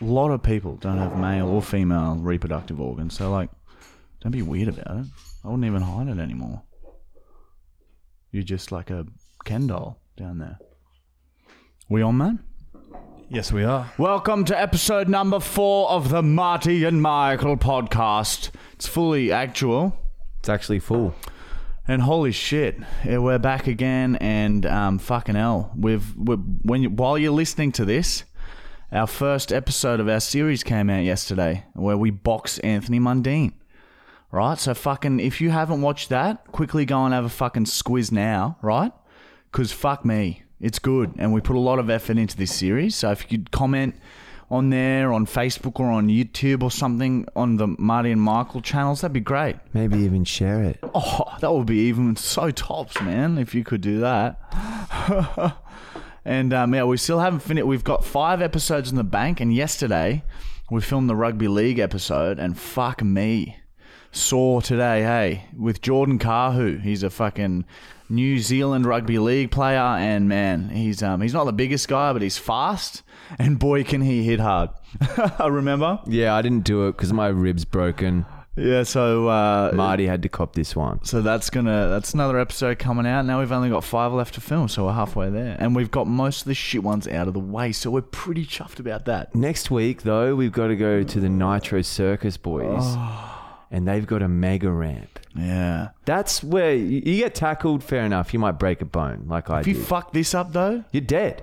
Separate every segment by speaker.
Speaker 1: lot of people don't have male or female reproductive organs. So like, don't be weird about it. I wouldn't even hide it anymore. You're just like a Ken doll down there. We on, man?
Speaker 2: Yes, we are.
Speaker 1: Welcome to episode number four of the Marty and Michael podcast. It's fully actual.
Speaker 3: It's actually full.
Speaker 1: And holy shit, yeah, we're back again, and um, fucking hell, we've we when you, while you're listening to this, our first episode of our series came out yesterday, where we box Anthony Mundine. Right, so fucking if you haven't watched that, quickly go and have a fucking squiz now, right? Because fuck me, it's good, and we put a lot of effort into this series. So if you could comment on there on Facebook or on YouTube or something on the Marty and Michael channels, that'd be great.
Speaker 3: Maybe even share it.
Speaker 1: Oh, that would be even so tops, man, if you could do that. and um, yeah, we still haven't finished. We've got five episodes in the bank, and yesterday we filmed the rugby league episode, and fuck me. Saw today, hey, with Jordan Kahu. He's a fucking New Zealand rugby league player, and man, he's um, he's not the biggest guy, but he's fast, and boy, can he hit hard. I remember.
Speaker 3: Yeah, I didn't do it because my ribs broken.
Speaker 1: Yeah, so uh,
Speaker 3: Marty had to cop this one.
Speaker 1: So that's gonna that's another episode coming out. Now we've only got five left to film, so we're halfway there, and we've got most of the shit ones out of the way. So we're pretty chuffed about that.
Speaker 3: Next week though, we've got to go to the Nitro Circus boys, and they've got a mega ramp.
Speaker 1: Yeah.
Speaker 3: That's where you you get tackled. Fair enough, you might break a bone, like I
Speaker 1: If you
Speaker 3: did.
Speaker 1: fuck this up though,
Speaker 3: You're dead.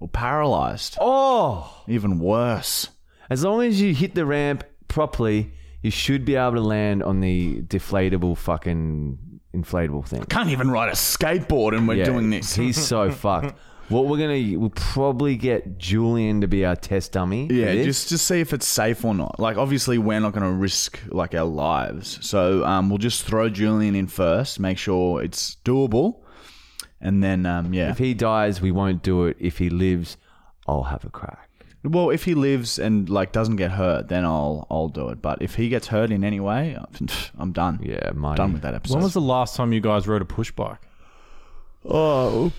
Speaker 1: or paralyzed,
Speaker 3: Oh,
Speaker 1: even worse.
Speaker 3: as long as you hit the ramp properly, you should be able to land on the deflatable fucking inflatable thing.
Speaker 1: Can't even ride a skateboard, and we're
Speaker 3: Yeah,
Speaker 1: doing this.
Speaker 3: He's so fucked. What we're gonna we'll probably get Julian to be our test dummy. for
Speaker 1: Yeah,
Speaker 3: this.
Speaker 1: just just see if it's safe or not. Like, obviously, we're not going to risk like our lives, so um, we'll just throw Julian in first, make sure it's doable, and then um, yeah.
Speaker 3: if he dies, we won't do it. If he lives, I'll have a crack.
Speaker 1: Well, if he lives and like doesn't get hurt, then I'll I'll do it. But if he gets hurt in any way, I'm done.
Speaker 3: Yeah, mine.
Speaker 1: done with that episode.
Speaker 2: When was the last time you guys rode a push bike?
Speaker 1: oh,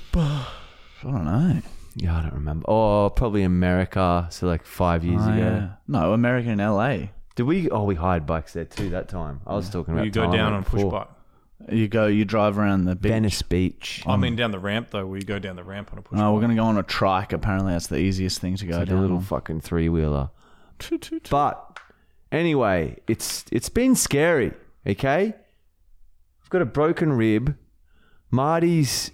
Speaker 1: I don't know.
Speaker 3: Yeah, I don't remember. Oh, probably America. So like five years
Speaker 1: Oh,
Speaker 3: ago.
Speaker 1: yeah. No, America in L.A.
Speaker 3: Did we? Oh, we hired bikes there too that time. I was talking about.
Speaker 2: You go
Speaker 3: Thailand
Speaker 2: down on a push
Speaker 3: before.
Speaker 2: bike.
Speaker 1: You go, you drive around the beach.
Speaker 3: Venice Beach.
Speaker 2: I mean, down the ramp though, where you go down the ramp on a push
Speaker 1: No,
Speaker 2: bike.
Speaker 1: we're gonna go on a trike. Apparently, that's the easiest thing to go
Speaker 3: Like a
Speaker 1: down.
Speaker 3: little
Speaker 1: on.
Speaker 3: fucking three wheeler.
Speaker 1: Toot, toot, toot.
Speaker 3: But anyway, it's it's been scary. Okay, I've got a broken rib. Marty's.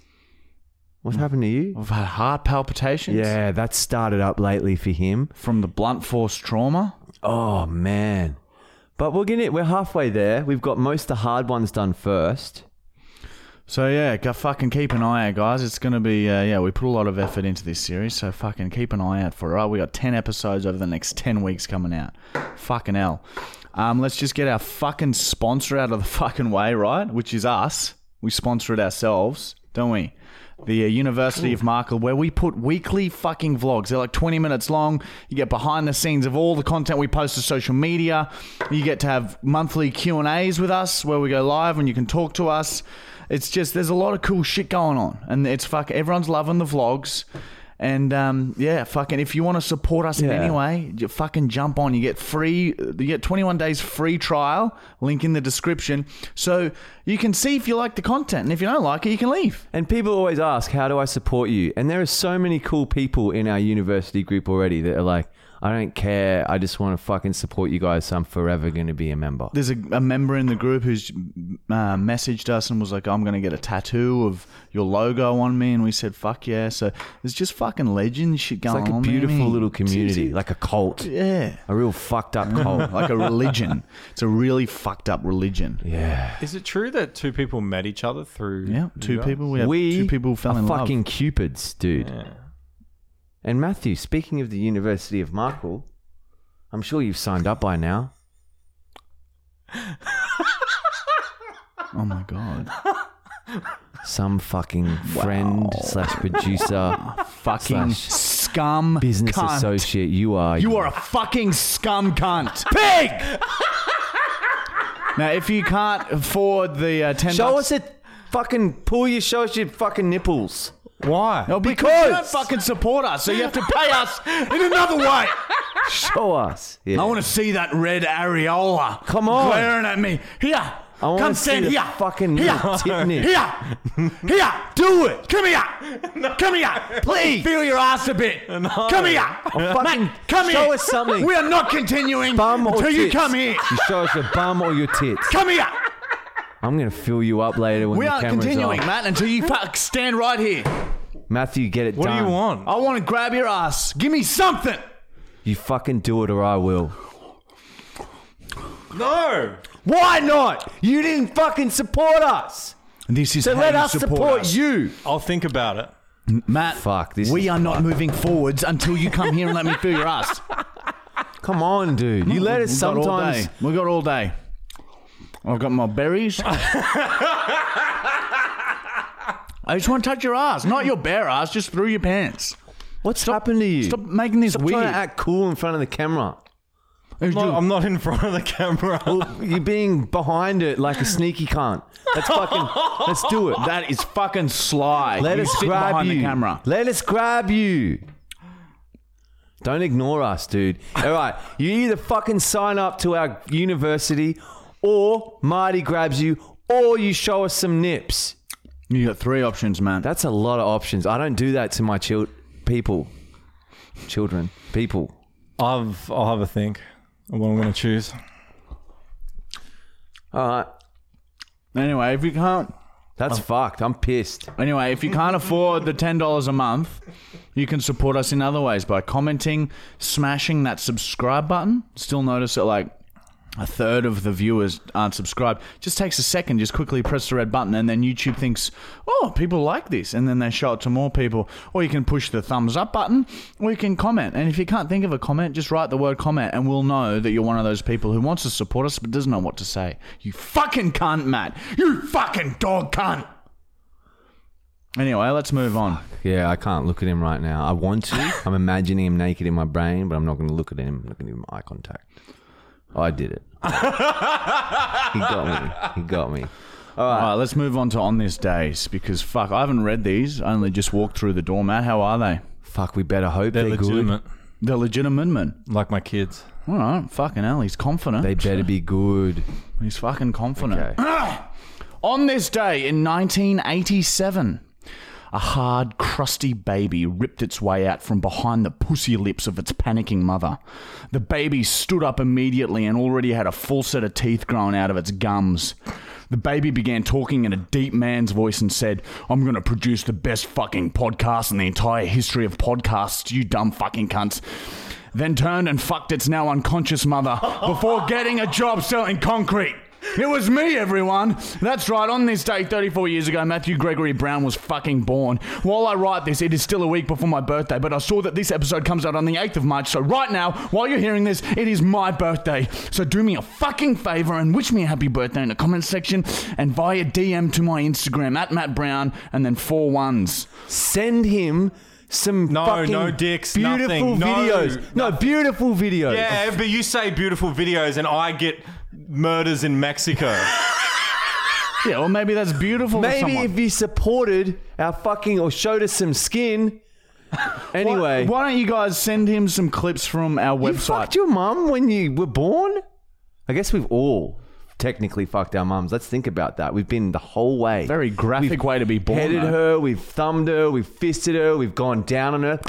Speaker 3: What's happened to you?
Speaker 1: I've had heart palpitations.
Speaker 3: Yeah, that's started up lately for him.
Speaker 1: From the blunt force trauma.
Speaker 3: Oh man. But we're getting it. We're halfway there. We've got most of the hard ones done first.
Speaker 1: So yeah, go fucking keep an eye out, guys. It's gonna be uh, yeah. We put a lot of effort into this series, so fucking keep an eye out for it. Right, we got ten episodes over the next ten weeks coming out. Fucking hell. Um, let's just get our fucking sponsor out of the fucking way, right? Which is us. We sponsor it ourselves, don't we? The uh, University of Markle, where we put weekly fucking vlogs. They're like 20 minutes long. You get behind the scenes of all the content we post to social media. You get to have monthly Q and A's with us, where we go live and you can talk to us. It's just there's a lot of cool shit going on, and it's fuck everyone's loving the vlogs. And um, yeah, fucking if you want to support us in
Speaker 3: Yeah.
Speaker 1: any way, you fucking jump on. You get free, you get 21 days free trial. Link in the description, so you can see if you like the content, and if you don't like it, you can leave.
Speaker 3: And people always ask, how do I support you? And there are so many cool people in our university group already that are like, I don't care. I just want to fucking support you guys. So I'm forever going to be a member.
Speaker 1: There's a, a member in the group who's uh, messaged us and was like, "I'm gonna get a tattoo of your logo on me," and we said, "Fuck yeah!" So there's just fucking legend shit
Speaker 3: It's
Speaker 1: going on.
Speaker 3: like a
Speaker 1: man.
Speaker 3: beautiful
Speaker 1: It's-
Speaker 3: little
Speaker 1: it's-
Speaker 3: community, like a cult,
Speaker 1: yeah.
Speaker 3: a real fucked up cult.
Speaker 1: Oh, like a religion. It's a really fucked up religion.
Speaker 3: yeah.
Speaker 2: Is it true that two people met each other through?
Speaker 1: Yeah,
Speaker 2: you
Speaker 1: two
Speaker 2: guys?
Speaker 1: people. We, have
Speaker 3: we
Speaker 1: two people fell
Speaker 3: are
Speaker 1: in love.
Speaker 3: fucking cupids, dude.
Speaker 2: Yeah.
Speaker 3: And Matthew, speaking of the University of Markle, I'm sure you've signed up by now.
Speaker 1: Oh my god,
Speaker 3: Some fucking friend slash producer,
Speaker 1: fucking
Speaker 3: Slash
Speaker 1: scum
Speaker 3: business
Speaker 1: cunt.
Speaker 3: associate, you are.
Speaker 1: You are a fucking scum cunt. Pig. now, if you can't afford the uh, ten,
Speaker 3: Show
Speaker 1: bucks,
Speaker 3: us it. Fucking pull your show us your fucking nipples.
Speaker 2: Why?
Speaker 1: No, because you don't fucking support us, so you have to pay us in another way.
Speaker 3: Show us. Yeah.
Speaker 1: I want to see that red areola.
Speaker 3: Come on.
Speaker 1: glaring at me. Here,
Speaker 3: I wanna
Speaker 1: come
Speaker 3: see
Speaker 1: stand
Speaker 3: the
Speaker 1: here.
Speaker 3: fucking
Speaker 1: here,
Speaker 3: titnip.
Speaker 1: here, here. Do it. Come here. Come here, please. Feel your ass a bit. Come here,
Speaker 3: fucking-
Speaker 1: Mate, Come
Speaker 3: show
Speaker 1: here.
Speaker 3: us something.
Speaker 1: We are not continuing
Speaker 3: Bum or
Speaker 1: until
Speaker 3: tits.
Speaker 1: you come here.
Speaker 3: You show us your bum or your tits.
Speaker 1: Come here.
Speaker 3: I'm gonna fill you up later when
Speaker 1: We
Speaker 3: the
Speaker 1: aren't
Speaker 3: camera's
Speaker 1: continuing,
Speaker 3: on.
Speaker 1: Matt, until you fuck stand right here.
Speaker 3: Matthew, get it
Speaker 2: What
Speaker 3: done.
Speaker 2: do you want?
Speaker 1: I want to grab your ass. Give me something.
Speaker 3: You fucking do it or I will.
Speaker 2: No.
Speaker 3: Why not? You didn't fucking support us.
Speaker 1: This is
Speaker 3: So
Speaker 1: how
Speaker 3: let
Speaker 1: you
Speaker 3: us
Speaker 1: support,
Speaker 3: support
Speaker 1: us.
Speaker 3: you.
Speaker 2: I'll think about it.
Speaker 1: Matt.
Speaker 3: Fuck, this
Speaker 1: We
Speaker 3: is
Speaker 1: are not moving forwards until you come here and let me feel your ass.
Speaker 3: Come on, dude. You let us
Speaker 1: We've got all
Speaker 3: sometimes.
Speaker 1: day. We got all day. I've got my berries. I just want to touch your ass, not your bare ass, just through your pants.
Speaker 3: What's happened to you?
Speaker 1: Stop making this
Speaker 3: Stop
Speaker 1: weird.
Speaker 3: trying to act cool in front of the camera.
Speaker 1: It's
Speaker 2: No,
Speaker 1: just-
Speaker 2: I'm not in front of the camera.
Speaker 3: You're being behind it like a sneaky cunt. Let's fucking. let's do it.
Speaker 1: that is fucking sly.
Speaker 3: Let
Speaker 1: you
Speaker 3: us
Speaker 1: sit
Speaker 3: grab
Speaker 1: behind
Speaker 3: you.
Speaker 1: the camera.
Speaker 3: Let us grab you. Don't ignore us, dude. All right, you either fucking sign up to our university, or Marty grabs you, or you show us some nips.
Speaker 1: You got three options, man.
Speaker 3: That's a lot of options. I don't do that to my child people, children, people.
Speaker 2: I've, I'll have a think of what I'm going to choose.
Speaker 3: All right,
Speaker 1: Anyway, if you can't,
Speaker 3: that's fucked. I'm pissed.
Speaker 1: anyway, if you can't afford the ten dollars a month, you can support us in other ways by commenting, smashing that subscribe button. Still notice that like a third of the viewers aren't subscribed. Just takes a second. Just quickly press the red button, and then YouTube thinks, "Oh, people like this," and then they show it to more people. Or you can push the thumbs up button, or you can comment. And if you can't think of a comment, just write the word comment, and we'll know that you're one of those people who wants to support us but doesn't know what to say. You fucking cunt, Matt. You fucking dog cunt. Anyway, let's move on.
Speaker 3: Yeah, I can't look at him right now. I want to. I'm imagining him naked in my brain, but I'm not going to look at him. I'm not going to give him eye contact. I did it. he got me. He got me.
Speaker 1: All right, let's move on to on this days because fuck, I haven't read these. I only just walked through the door, Matt. How are they?
Speaker 3: Fuck, we better hope
Speaker 2: They're
Speaker 3: they're, good.
Speaker 2: legitimate,
Speaker 1: They're legitimate, man.
Speaker 2: like my kids.
Speaker 1: All right, fucking hell, he's confident.
Speaker 3: They better be good.
Speaker 1: He's fucking confident.
Speaker 3: Okay.
Speaker 1: On this day in 1987, a hard, crusty baby ripped its way out from behind the pussy lips of its panicking mother. The baby stood up immediately and already had a full set of teeth grown out of its gums. The baby began talking in a deep man's voice and said, I'm going to produce the best fucking podcast in the entire history of podcasts, you dumb fucking cunts. Then turned and fucked its now unconscious mother before getting a job selling concrete. It was me, everyone. That's right. On this day, 34 years ago, Matthew Gregory Brown was fucking born. While I write this, it is still a week before my birthday, but I saw that this episode comes out on the 8th of March, so right now, while you're hearing this, it is my birthday. So do me a fucking favor and wish me a happy birthday in the comments section and via DM to my Instagram at Matt Brown and then four ones.
Speaker 3: Send him some
Speaker 2: No,
Speaker 3: fucking
Speaker 2: no dicks,
Speaker 3: beautiful
Speaker 2: nothing. No,
Speaker 3: videos. No, beautiful videos.
Speaker 2: Yeah, but you say beautiful videos, and I get murders in Mexico.
Speaker 1: Yeah, well, maybe that's beautiful to
Speaker 3: Maybe
Speaker 1: someone.
Speaker 3: if you supported our fucking or showed us some skin. Anyway,
Speaker 1: Why, why don't you guys send him some clips from our
Speaker 3: you
Speaker 1: website?
Speaker 3: fucked your mum when you were born? I guess we've all technically fucked our mums. Let's think about that. We've been the whole way.
Speaker 1: Very graphic
Speaker 3: We've
Speaker 1: way to be born.
Speaker 3: Headed
Speaker 1: though.
Speaker 3: her, we've thumbed her, we've fisted her, we've gone down on her.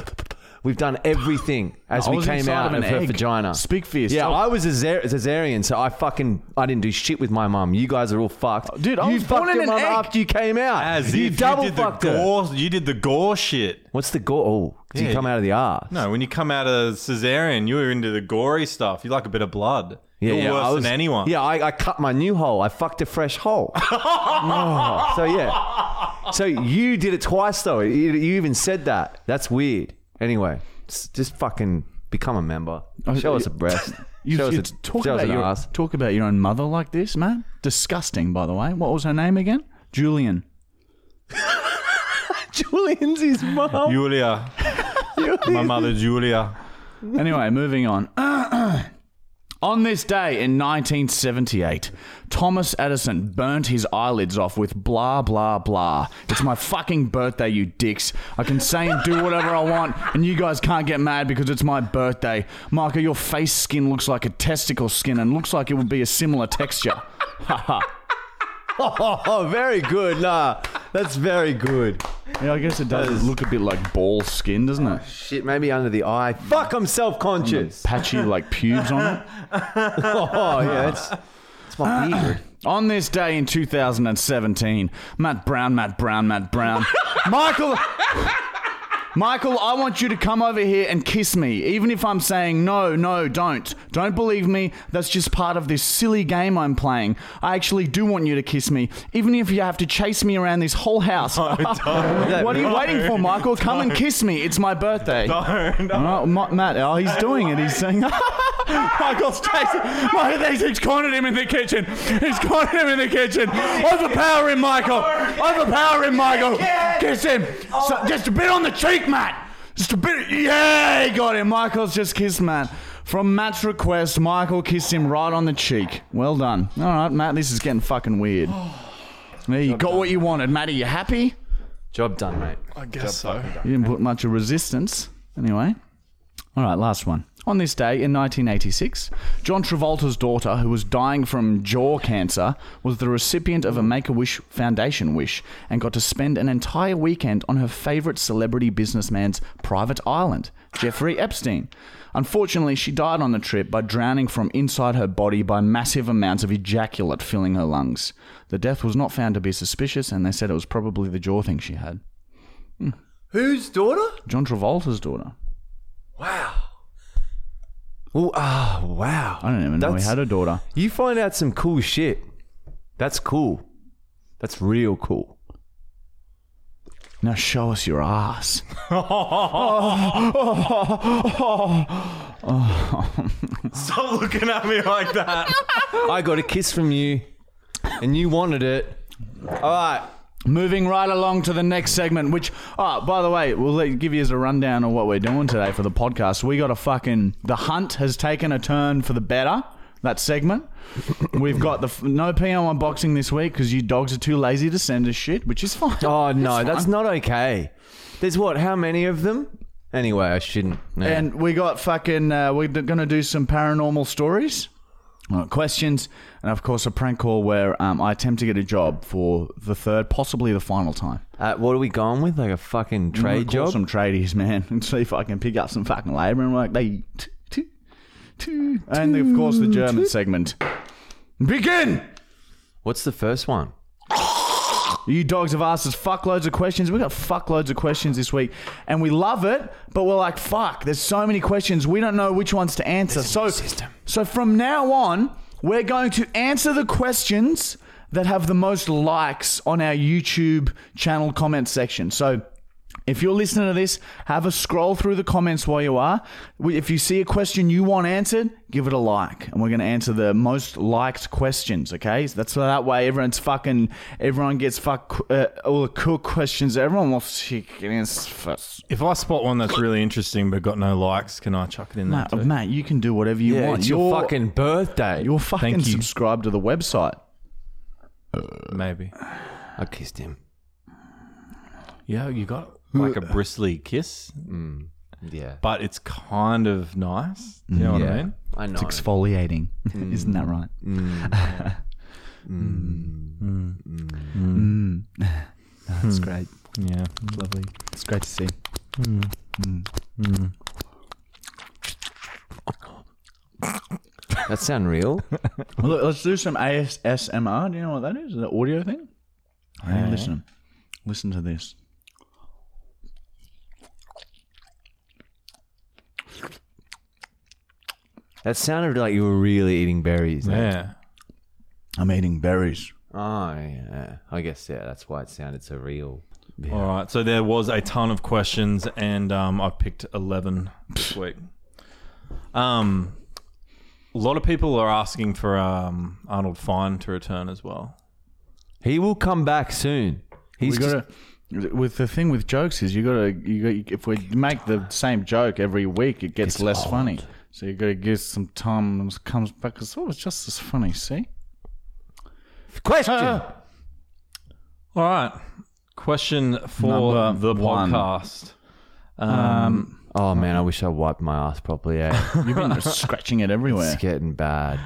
Speaker 3: We've done everything as
Speaker 1: I
Speaker 3: we
Speaker 1: was
Speaker 3: came
Speaker 1: inside
Speaker 3: out
Speaker 1: of
Speaker 3: of,
Speaker 1: an
Speaker 3: her
Speaker 1: egg.
Speaker 3: vagina.
Speaker 1: Speak for
Speaker 3: Yeah,
Speaker 1: yourself.
Speaker 3: I was a zer- cesarean, so I fucking I didn't do shit with my mum. You guys are all fucked.
Speaker 1: Oh, Dude, I
Speaker 3: you
Speaker 1: was
Speaker 3: fucked
Speaker 1: born in
Speaker 3: your
Speaker 1: an
Speaker 3: mum
Speaker 1: egg.
Speaker 3: after you came out.
Speaker 2: As
Speaker 3: you
Speaker 2: if
Speaker 3: double
Speaker 2: you did
Speaker 3: fucked
Speaker 2: the
Speaker 3: her.
Speaker 2: gore, You did the gore shit.
Speaker 3: What's the gore? Oh, do you
Speaker 2: Yeah.
Speaker 3: come out of the arse?
Speaker 2: No, when you come out of cesarean, you were into the gory stuff. You like a bit of blood.
Speaker 3: Yeah,
Speaker 2: You're
Speaker 3: yeah,
Speaker 2: worse
Speaker 3: I was,
Speaker 2: than anyone.
Speaker 3: Yeah, I, I cut my new hole. I fucked a fresh hole. Oh, so yeah, so you did it twice though. You, you even said that. That's weird. Anyway, s- just fucking become a member. Show us a breast.
Speaker 1: Oh, You,
Speaker 3: show us
Speaker 1: you
Speaker 3: a,
Speaker 1: talk,
Speaker 3: show us
Speaker 1: about
Speaker 3: an
Speaker 1: your,
Speaker 3: ass.
Speaker 1: talk about your own mother like this, man. Disgusting, by the way. What was her name again? Julian.
Speaker 3: Julian's his mom.
Speaker 2: Julia. My mother, Julia.
Speaker 1: Anyway, moving on. On this day in 1978, Thomas Edison burnt his eyelids off with blah, blah, blah. It's my fucking birthday, you dicks. I can say and do whatever I want, and you guys can't get mad because it's my birthday. Marco, your face skin looks like a testicle skin and looks like it would be a similar texture.
Speaker 3: Oh, oh, very good. Nah, that's very good.
Speaker 1: Yeah, I guess it does look a bit like ball skin, doesn't it?
Speaker 3: Shit, maybe under the eye. Fuck, I'm self conscious.
Speaker 1: Patchy, like pubes on it.
Speaker 3: Oh, yeah, it's, it's my beard.
Speaker 1: On this day in 2017, Matt Brown, Matt Brown, Matt Brown, Michael, Michael, I want you to come over here and kiss me, even if I'm saying no, no, don't. Don't believe me. That's just part of this silly game I'm playing. I actually do want you to kiss me, even if you have to chase me around this whole house. what are you waiting for, Michael? Come and kiss me. It's my birthday. Oh, Ma- Matt, oh, he's doing it. He's saying, Michael's chasing. Michael thinks he's cornered him in the kitchen. He's cornered him in the kitchen. Overpower him, Michael. Overpower him, Michael. Kiss him. So, just a bit on the cheek, Matt. Just a bit. Yeah, he got him. Michael's just kissed Matt. From Matt's request, Michael kissed him right on the cheek. Well done. All right, Matt, this is getting fucking weird. There, you got what you wanted. Matt, are you happy?
Speaker 3: Job done, mate.
Speaker 4: I guess so.
Speaker 1: You didn't put much of resistance. Anyway. All right, last one. On this day in 1986, John Travolta's daughter, who was dying from jaw cancer, was the recipient of a Make a Wish Foundation wish and got to spend an entire weekend on her favorite celebrity businessman's private island, Jeffrey Epstein. Unfortunately, she died on the trip by drowning from inside her body by massive amounts of ejaculate filling her lungs. The death was not found to be suspicious, and they said it was probably the jaw thing she had.
Speaker 3: Whose daughter?
Speaker 1: John Travolta's daughter.
Speaker 3: Wow. Well, ah, wow.
Speaker 1: I don't even know he
Speaker 3: That's-
Speaker 1: had a daughter.
Speaker 3: You find out some cool shit. That's cool. That's real cool.
Speaker 1: Now show us your ass.
Speaker 2: Stop looking at me like that.
Speaker 3: I got a kiss from you, and you wanted it. All right.
Speaker 1: Moving right along to the next segment, which, oh, by the way, we'll let, give you as a rundown of what we're doing today for the podcast. We got a fucking. The hunt has taken a turn for the better, that segment. We've got the f- no PO unboxing this week because you dogs are too lazy to send us shit, which is fine.
Speaker 3: Oh no,
Speaker 1: It's
Speaker 3: that's
Speaker 1: fine.
Speaker 3: not okay. There's what? How many of them? Anyway, I shouldn't. No.
Speaker 1: And we got fucking. Uh, we're going to do some paranormal stories, uh, questions, and of course a prank call where um, I attempt to get a job for the third, possibly the final time.
Speaker 3: uh, what are we going with? Like a fucking
Speaker 1: Mm, I'm
Speaker 3: trade
Speaker 1: gonna call
Speaker 3: job?
Speaker 1: some tradies, man, and see if I can pick up some fucking labour and work. They, t- t- t- and of course the German segment. Begin.
Speaker 3: What's the first one?
Speaker 1: You dogs have asked us fuckloads of questions. We got fuckloads of questions this week, and we love it. But we're like, fuck. There's so many questions. We don't know which ones to answer. So, so from now on, we're going to answer the questions that have the most likes on our YouTube channel comment section. So. If you're listening to this, have a scroll through the comments while you are. We- If you see a question you want answered, give it a like, and we're going to answer the most liked questions. Okay, so that's that way everyone's fucking, everyone gets fuck uh, all the cool questions. Everyone wants to get answers first.
Speaker 2: If I spot one that's really interesting but got no likes, can I chuck it in there?
Speaker 1: Matt, Matt, you can do whatever you
Speaker 3: Yeah,
Speaker 1: want.
Speaker 3: it's your
Speaker 1: You're-
Speaker 3: fucking birthday.
Speaker 1: You're fucking
Speaker 2: Thank you.
Speaker 1: subscribed to the website.
Speaker 2: Maybe.
Speaker 3: I kissed him.
Speaker 2: Yeah, you got like a bristly kiss,
Speaker 3: Yeah.
Speaker 2: but it's kind of nice. You know what
Speaker 3: yeah.
Speaker 2: I mean?
Speaker 3: I know.
Speaker 1: Exfoliating, isn't that right? Mm. That's great.
Speaker 2: Yeah.
Speaker 1: Lovely. It's great to see.
Speaker 3: that sound real?
Speaker 1: Well, look, let's do some ASMR. Do you know what that is? The audio thing. Hey, listen, listen to this.
Speaker 3: that sounded like you were really eating berries. eh?
Speaker 2: Yeah.
Speaker 1: I'm eating berries.
Speaker 3: Oh yeah. I guess yeah. That's why it sounded so real.
Speaker 2: All right. So there was a ton of questions, and um, I picked eleven this week. Um, a lot of people are asking for um, Arnold Fine to return as well.
Speaker 3: He will come back soon. He's
Speaker 1: We gotta. With the thing with jokes is you gotta you got if we make the same joke every week, it gets less funny. So you gotta give some time and it comes back because it was just as funny, see?
Speaker 3: Question.
Speaker 2: All right. Question for
Speaker 1: Number
Speaker 2: the
Speaker 1: one.
Speaker 2: podcast. Um,
Speaker 3: oh man, I wish I wiped my ass properly. Yeah,
Speaker 1: You've been scratching it everywhere.
Speaker 3: it's getting bad.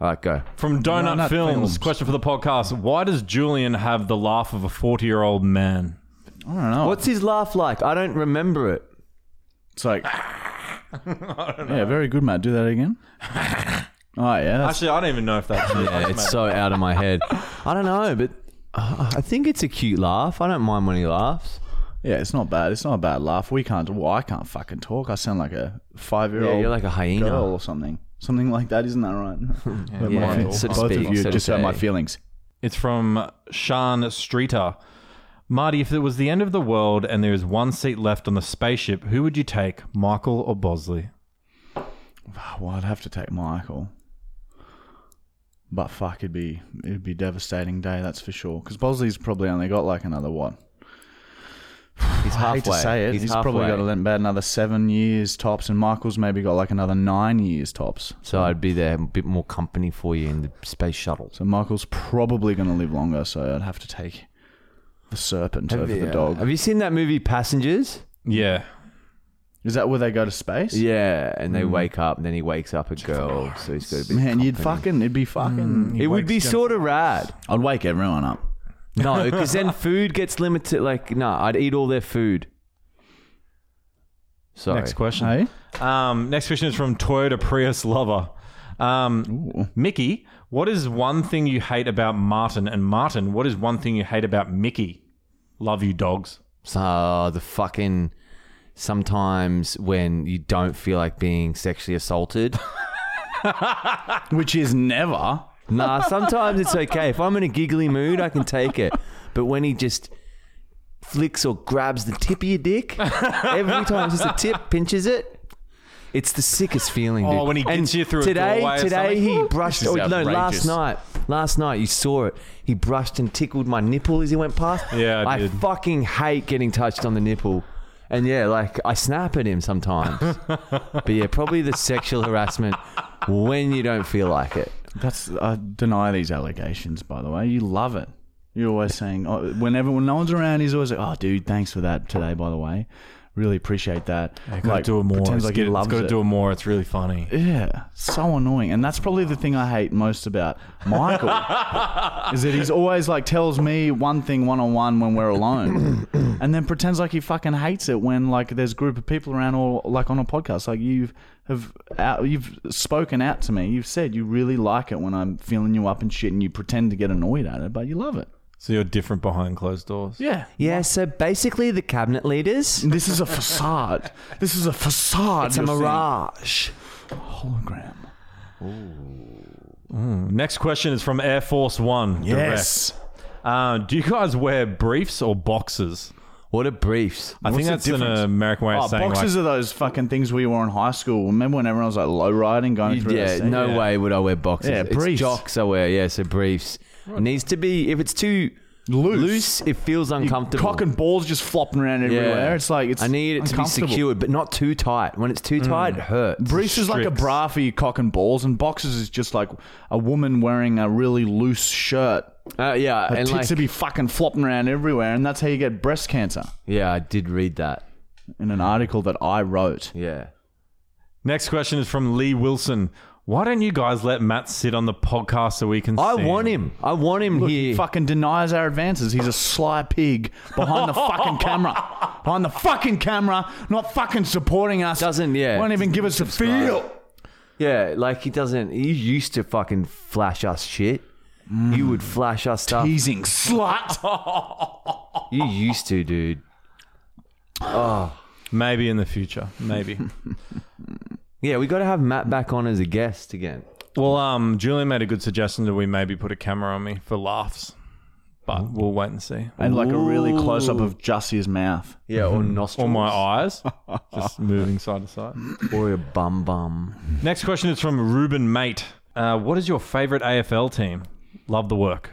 Speaker 3: All right, go.
Speaker 2: from Donut
Speaker 1: Donut
Speaker 2: Films,
Speaker 1: Films.
Speaker 2: question for the podcast. Why does Julian have the laugh of a 40 year old man?
Speaker 1: I don't know.
Speaker 3: What's his laugh like? I don't remember it.
Speaker 1: It's like. Yeah, very good, mate. Do that again. oh, yeah. That's,
Speaker 2: Actually, I don't even know if that's it.
Speaker 3: Yeah, it's so out of my head. I don't know, but uh, I think it's a cute laugh. I don't mind when he laughs.
Speaker 1: yeah, it's not bad. It's not a bad laugh. We can't. Well, I can't fucking talk. I sound like a five year
Speaker 3: Yeah,
Speaker 1: old
Speaker 3: you're like a hyena.
Speaker 1: girl or something. Something like that. Isn't that right? But my
Speaker 3: Yeah,
Speaker 1: fe-
Speaker 3: so to
Speaker 1: both
Speaker 3: speak,
Speaker 1: of you
Speaker 3: so to
Speaker 1: just hurt my
Speaker 3: say.
Speaker 1: feelings.
Speaker 2: It's from Sean Streeter. Marty, if it was the end of the world and there is one seat left on the spaceship, who would you take, Michael or Bosley?
Speaker 1: Well, I'd have to take Michael. But fuck, it'd be it'd be a devastating day, that's for sure. Because Bosley's probably only got like another what?
Speaker 3: He's
Speaker 1: I
Speaker 3: halfway.
Speaker 1: hate to say it. He's, probably got
Speaker 3: halfway.
Speaker 1: about another seven years tops, and Michael's maybe got like another nine years tops.
Speaker 3: So I'd be there, a bit more company for you in the space shuttle.
Speaker 1: So Michael's probably going to live longer. So I'd have to take the serpent over the dog.
Speaker 3: Have you seen that movie Passengers?
Speaker 2: Yeah.
Speaker 1: Is that where they go to space?
Speaker 3: Yeah, and they wake up, and then he wakes up a girl, so he's got a bit.
Speaker 1: Man, you'd fucking, it'd
Speaker 2: Mm,
Speaker 1: be fucking.
Speaker 3: it would be sort of rad.
Speaker 1: I'd wake everyone up.
Speaker 3: No, because then food gets limited. Like, no, I'd eat all their food. Sorry.
Speaker 2: Next question.
Speaker 1: Hey?
Speaker 2: Um, next question is from Toyota Prius Lover. Um,
Speaker 1: Ooh.
Speaker 2: Mickey, what is one thing you hate about Martin? And Martin, what is one thing you hate about Mickey? Love you, dogs.
Speaker 3: So the fucking sometimes when you don't feel like being sexually assaulted.
Speaker 1: Which is never.
Speaker 3: nah, sometimes it's okay. If I'm in a giggly mood, I can take it. But when he just flicks or grabs the tip of your dick, every time it's just a tip, pinches it. It's the sickest feeling, dude.
Speaker 2: Oh, when he
Speaker 3: And
Speaker 2: gets you through a
Speaker 3: today,
Speaker 2: doorway or
Speaker 3: today
Speaker 2: something?
Speaker 3: he brushed.
Speaker 1: This is
Speaker 3: Oh, no, last
Speaker 1: outrageous.
Speaker 3: night, last night you saw it. He brushed and tickled my nipple as he went past.
Speaker 2: Yeah, I
Speaker 3: I
Speaker 2: did.
Speaker 3: fucking hate getting touched on the nipple. And yeah, like I snap at him sometimes. but yeah, probably the sexual harassment when you don't feel like it.
Speaker 1: That's I deny these allegations. By the way, you love it. You're always saying oh, whenever when no one's around, he's always like, "Oh, dude, thanks for that today." By the way, really appreciate that.
Speaker 2: Gotta do it more.
Speaker 1: Pretends
Speaker 2: It's
Speaker 1: like
Speaker 2: good-
Speaker 1: he
Speaker 2: it's
Speaker 1: loves
Speaker 2: gotta
Speaker 1: it.
Speaker 2: do it more. It's really funny.
Speaker 1: yeah, so annoying, and that's probably the thing I hate most about Michael is that he's always like tells me one thing one on one when we're alone, and then pretends like he fucking hates it when like there's a group of people around or like on a podcast. Like you've have out, you've spoken out to me. You've said you really like it when I'm feeling you up and shit, and you pretend to get annoyed at it, but you love it.
Speaker 2: So you're different behind closed doors.
Speaker 1: Yeah.
Speaker 3: Yeah, so basically the cabinet leaders,
Speaker 1: This is a facade. This is a facade.
Speaker 3: it's a
Speaker 1: you're seeing.
Speaker 3: mirage.
Speaker 1: Hologram.
Speaker 2: Next question is from Air Force One.
Speaker 1: Yes.
Speaker 2: Direct. Uh, do you guys wear briefs or boxes?
Speaker 3: What a briefs.
Speaker 2: I think
Speaker 1: the
Speaker 2: that's an
Speaker 1: difference?
Speaker 2: American way of
Speaker 1: Oh,
Speaker 2: saying like,
Speaker 1: boxes are those fucking things we wore in high school. Remember when everyone was like low riding going through?
Speaker 3: yeah,
Speaker 1: those things?
Speaker 3: no way would I wear boxes.
Speaker 1: Yeah,
Speaker 3: It's
Speaker 1: briefs.
Speaker 3: jocks I wear, yeah, so briefs. It needs to be, if it's too
Speaker 1: Loose.
Speaker 3: loose it feels uncomfortable.
Speaker 1: Cock and balls just flopping around
Speaker 3: Yeah.
Speaker 1: everywhere. It's like it's.
Speaker 3: I need it to be
Speaker 1: uncomfortable. Mm.
Speaker 3: secured, but not too tight. When it's too tight, it hurts.
Speaker 1: Briefs is like a
Speaker 2: Stricts.
Speaker 1: bra for your cock and balls, and boxes is just like a woman wearing a really loose shirt.
Speaker 3: Uh, yeah,
Speaker 1: Her
Speaker 3: and
Speaker 1: tits
Speaker 3: like,
Speaker 1: would be fucking flopping around everywhere, and that's how you get breast cancer.
Speaker 3: yeah, I did read that.
Speaker 1: In an article that I wrote.
Speaker 3: Yeah.
Speaker 2: Next question is from Lee Wilson. Why don't you guys let Matt sit on the podcast so we can
Speaker 3: I
Speaker 2: see
Speaker 3: want him. I want him
Speaker 1: He
Speaker 3: here.
Speaker 1: fucking denies our advances. He's a sly pig behind the fucking camera. Behind the fucking camera, not fucking supporting us.
Speaker 3: Doesn't- yeah.
Speaker 1: Won't even give us a feel.
Speaker 3: Yeah, like he doesn't. He used to fucking flash us shit. You would flash us stuff.
Speaker 1: Teasing slut.
Speaker 3: You used to, dude.
Speaker 2: Maybe in the future. Maybe.
Speaker 3: Yeah, we got to have Matt back on as a guest again.
Speaker 2: well, um, Julian made a good suggestion that we maybe put a camera on me for laughs, but we'll wait and see.
Speaker 1: and like a really close up of just his mouth.
Speaker 3: Yeah, or nostrils,
Speaker 2: Or my eyes, just moving side to side.
Speaker 3: or a bum bum.
Speaker 2: Next question is from Ruben Mate. Uh, what is your favorite AFL team? Love the work.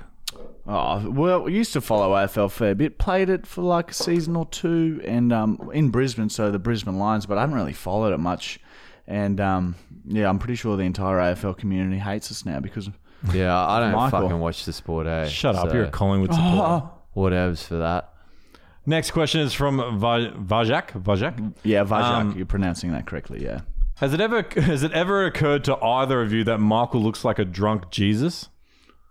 Speaker 1: Oh, well, we used to follow AFL a fair bit. Played it for like a season or two, and um, in Brisbane, so the Brisbane Lions. But I haven't really followed it much And um, yeah, I'm pretty sure the entire AFL community hates us now because
Speaker 3: Yeah, I don't
Speaker 1: Michael.
Speaker 3: fucking watch the sport, eh?
Speaker 2: Shut up,
Speaker 3: So,
Speaker 2: you're a Collingwood supporter.
Speaker 3: whatevs for that.
Speaker 2: Next question is from Va- Vajak. Vajak,
Speaker 1: yeah, Vajak,
Speaker 2: Um,
Speaker 1: you're pronouncing that correctly. Yeah.
Speaker 2: has it ever has it ever occurred to either of you that Michael looks like a drunk Jesus?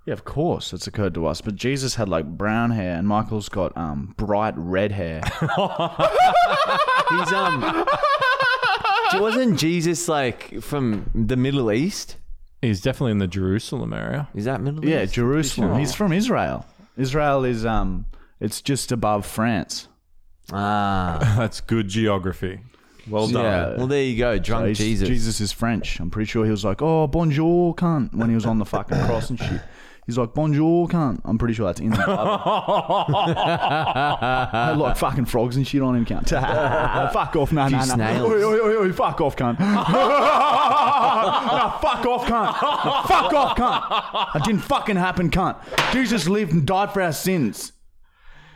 Speaker 1: Yeah, of course, it's occurred to us. But Jesus had like brown hair, and Michael's got um bright red hair.
Speaker 3: He's um, wasn't Jesus like from the Middle East?
Speaker 2: He's definitely in the Jerusalem area.
Speaker 3: Is that Middle
Speaker 1: yeah,
Speaker 3: East? Oh.
Speaker 1: Jerusalem. He's from Israel. Israel is um, it's just above France.
Speaker 3: Ah,
Speaker 2: That's good geography. Well done.
Speaker 1: uh,
Speaker 3: yeah. Well, there you go, drunk
Speaker 1: He's-
Speaker 3: Jesus.
Speaker 1: Jesus is French. I'm pretty sure he was like, "Oh, bonjour, cunt," when he was on the fucking cross and shit. He's like, "Bonjour, cunt." I'm pretty sure that's in the Bible. Had like fucking frogs and shit on him, cunt. fuck off, no, no, no.
Speaker 3: snails.
Speaker 1: Oi, oi, oi, oi, fuck off, cunt. no, fuck off, cunt. No, fuck off, cunt. That didn't fucking happen, cunt. Jesus lived and died for our sins.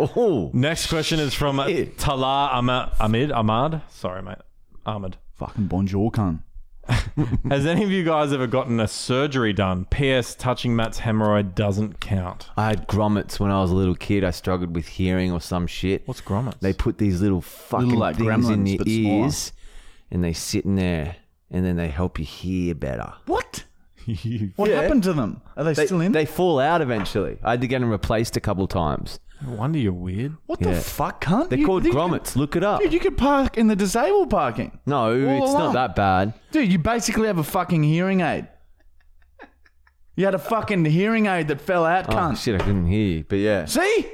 Speaker 3: Oh,
Speaker 2: Next question is from uh,
Speaker 3: Shit.
Speaker 2: Tala Ama- Ahmed. Ahmad. Sorry, mate. Ahmed.
Speaker 1: Fucking bonjour, cunt.
Speaker 2: Has any of you guys ever gotten a surgery done? P.S. Touching Matt's hemorrhoid doesn't count.
Speaker 3: I had grommets when I was a little kid. I struggled with hearing or some shit.
Speaker 2: What's grommets?
Speaker 3: They put these little fucking
Speaker 1: like
Speaker 3: things in
Speaker 1: gremlins,
Speaker 3: your
Speaker 1: but smaller.
Speaker 3: ears, and they sit in there, and then they help you hear better.
Speaker 1: What? What happened to them? Are they,
Speaker 3: They,
Speaker 1: still in?
Speaker 3: they fall out eventually. I had to get them replaced a couple times.
Speaker 2: No wonder you're weird.
Speaker 1: what
Speaker 3: yeah.
Speaker 1: the fuck, cunt?
Speaker 3: They're
Speaker 1: You-
Speaker 3: called
Speaker 1: you-
Speaker 3: grommets. Look it up.
Speaker 1: Dude, you could park in the disabled parking.
Speaker 3: No, it's
Speaker 1: along.
Speaker 3: not that bad.
Speaker 1: Dude, you basically have a fucking hearing aid. You had a fucking hearing aid that fell out,
Speaker 3: Oh,
Speaker 1: cunt.
Speaker 3: shit, I couldn't hear you. But yeah.
Speaker 1: See?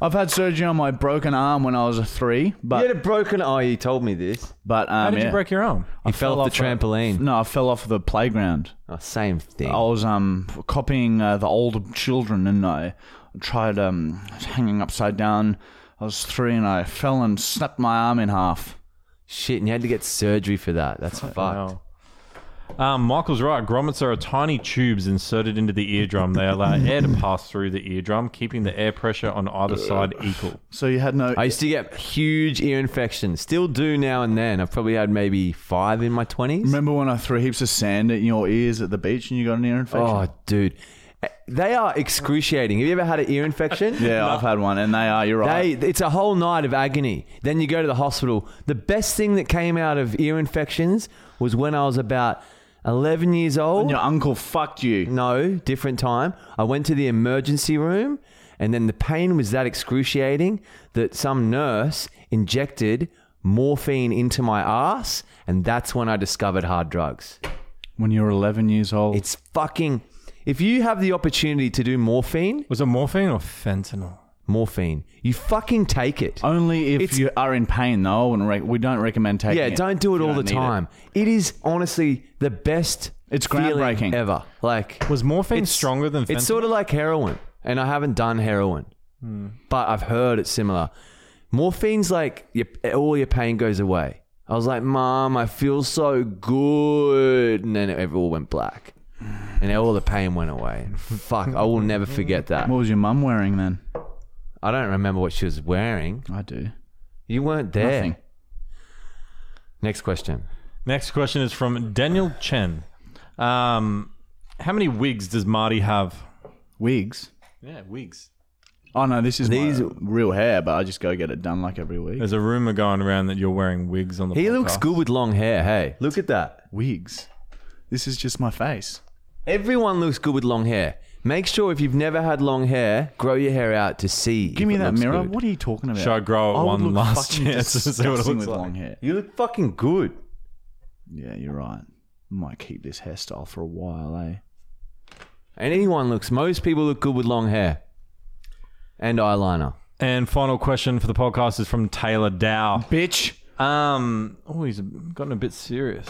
Speaker 1: I've had surgery on my broken arm when I was a three, but
Speaker 3: you had a broken eye. You told me this.
Speaker 1: but um,
Speaker 2: How did
Speaker 1: yeah.
Speaker 2: you break your arm?
Speaker 3: You fell,
Speaker 1: fell
Speaker 3: off the
Speaker 1: off a-
Speaker 3: trampoline.
Speaker 1: No, I fell off the playground.
Speaker 3: Oh, same thing.
Speaker 1: I was um copying uh, the older children, and I tried um hanging upside down. I was three, and I fell and snapped my arm in half.
Speaker 3: Shit, and you had to get surgery for that. That's fucked.
Speaker 2: Wow. Um, Michael's right. Grommets are tiny tubes inserted into the eardrum. They allow air to pass through the eardrum, keeping the air pressure on either side equal.
Speaker 1: So you had no.
Speaker 3: I used to get huge ear infections. Still do now and then. I've probably had maybe five in my 20s.
Speaker 1: Remember when I threw heaps of sand at your ears at the beach and you got an ear infection?
Speaker 3: oh, dude. Eh, They are excruciating. Have you ever had an ear infection?
Speaker 1: Yeah, I've had one, and they are. You're
Speaker 3: They,
Speaker 1: right.
Speaker 3: it's a whole night of agony. Then you go to the hospital. The best thing that came out of ear infections was when I was about 11 years old.
Speaker 1: And your uncle fucked you.
Speaker 3: No, different time. I went to the emergency room, and then the pain was that excruciating that some nurse injected morphine into my ass, and that's when I discovered hard drugs.
Speaker 1: When you were 11 years old.
Speaker 3: It's fucking. If you have the opportunity to do morphine,
Speaker 2: Was it morphine or fentanyl?
Speaker 3: morphine, you fucking take it.
Speaker 1: only if
Speaker 3: It's-
Speaker 1: you are in pain, though, and re- we don't recommend taking
Speaker 3: yeah,
Speaker 1: it.
Speaker 3: don't do it
Speaker 1: You
Speaker 3: all the
Speaker 1: need it.
Speaker 3: time. it is honestly the best.
Speaker 1: It's
Speaker 3: feeling
Speaker 1: groundbreaking.
Speaker 3: ever. Like
Speaker 2: Was morphine
Speaker 3: It's-
Speaker 2: stronger than fentanyl?
Speaker 3: It's sort of like heroin, and I haven't done heroin, but I've heard it's similar. Morphine's like your, all your pain goes away. I was like, Mom, I feel so good, and then it all went black, and all the pain went away. And Fuck, I will never forget that.
Speaker 1: What was your mum wearing then?
Speaker 3: I don't remember what she was wearing.
Speaker 1: I do.
Speaker 3: You weren't there.
Speaker 1: Nothing.
Speaker 3: Next question.
Speaker 2: Next question is from Daniel Chen. Um, how many wigs does Marty have?
Speaker 1: Wigs.
Speaker 2: Yeah, wigs.
Speaker 1: Oh no, this is
Speaker 3: These-
Speaker 1: my real hair, but I just go get it done like every week.
Speaker 2: There's a rumor going around that you're wearing wigs on the.
Speaker 3: He looks
Speaker 2: podcast.
Speaker 3: good with long hair. Hey, look at that.
Speaker 1: Wigs. This is just my face.
Speaker 3: Everyone looks good with long hair. Make sure if you've never had long hair, grow your hair out to see.
Speaker 1: Give
Speaker 3: if
Speaker 1: me
Speaker 3: it
Speaker 1: that
Speaker 3: looks
Speaker 1: mirror.
Speaker 3: good.
Speaker 1: What are you talking about?
Speaker 2: Should I grow it
Speaker 1: would
Speaker 2: one
Speaker 1: look
Speaker 2: last
Speaker 1: fucking
Speaker 2: chance to see what it
Speaker 1: disgusting
Speaker 2: looks
Speaker 1: with
Speaker 2: like?
Speaker 1: long hair?
Speaker 3: You look fucking good.
Speaker 1: Yeah, you're right. Might keep this hairstyle for a while, eh?
Speaker 3: And anyone looks, most people look good with long hair and eyeliner.
Speaker 2: And final question for the podcast is from Taylor Dow.
Speaker 1: Bitch.
Speaker 2: Um, oh, he's gotten a bit serious.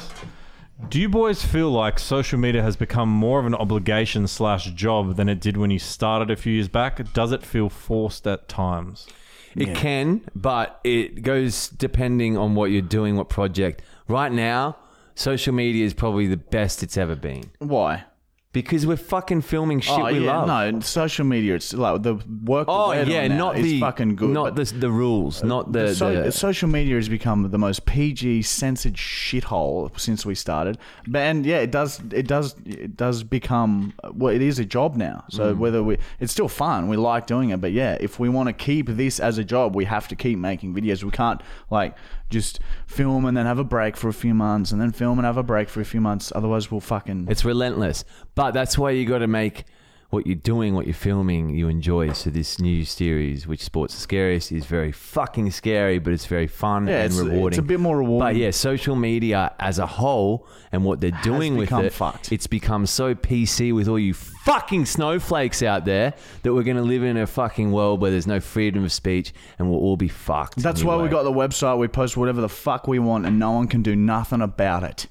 Speaker 2: Do you boys feel like social media has become more of an obligation slash job than it did when you started a few years back? Does it feel forced at times?
Speaker 3: It can, but it goes depending on what you're doing, what project. Right now, social media is probably the best it's ever been.
Speaker 1: Why?
Speaker 3: because we're fucking filming shit we
Speaker 1: Oh, yeah,
Speaker 3: love.
Speaker 1: no, and social media. It's like the work.
Speaker 3: Oh
Speaker 1: we're doing
Speaker 3: yeah,
Speaker 1: now
Speaker 3: not
Speaker 1: is
Speaker 3: the
Speaker 1: fucking good.
Speaker 3: not
Speaker 1: but
Speaker 3: the the rules, not the,
Speaker 1: so,
Speaker 3: the-
Speaker 1: social media has become the most PG censored shithole since we started. But and yeah, it does it does it does become well, it is a job now. So
Speaker 3: Mm.
Speaker 1: whether we, it's still fun. We like doing it, but yeah, if we want to keep this as a job, we have to keep making videos. We can't like just film and then have a break for a few months and then film and have a break for a few months. Otherwise, we'll fucking
Speaker 3: It's relentless. But that's why you got to make what you're doing, what you're filming, you enjoy. So this new series, which sports the scariest, is very fucking scary, but it's very fun
Speaker 1: yeah,
Speaker 3: and
Speaker 1: it's,
Speaker 3: rewarding.
Speaker 1: it's a bit more
Speaker 3: But
Speaker 1: rewarding.
Speaker 3: yeah, social media as a whole and what they're doing with
Speaker 1: become
Speaker 3: it,
Speaker 1: fucked.
Speaker 3: it's become so PC with all you fucking snowflakes out there that we're going to live in a fucking world where there's no freedom of speech and we'll all be fucked.
Speaker 1: That's why we
Speaker 3: anyway.
Speaker 1: got the website. We post whatever the fuck we want, and no one can do nothing about it.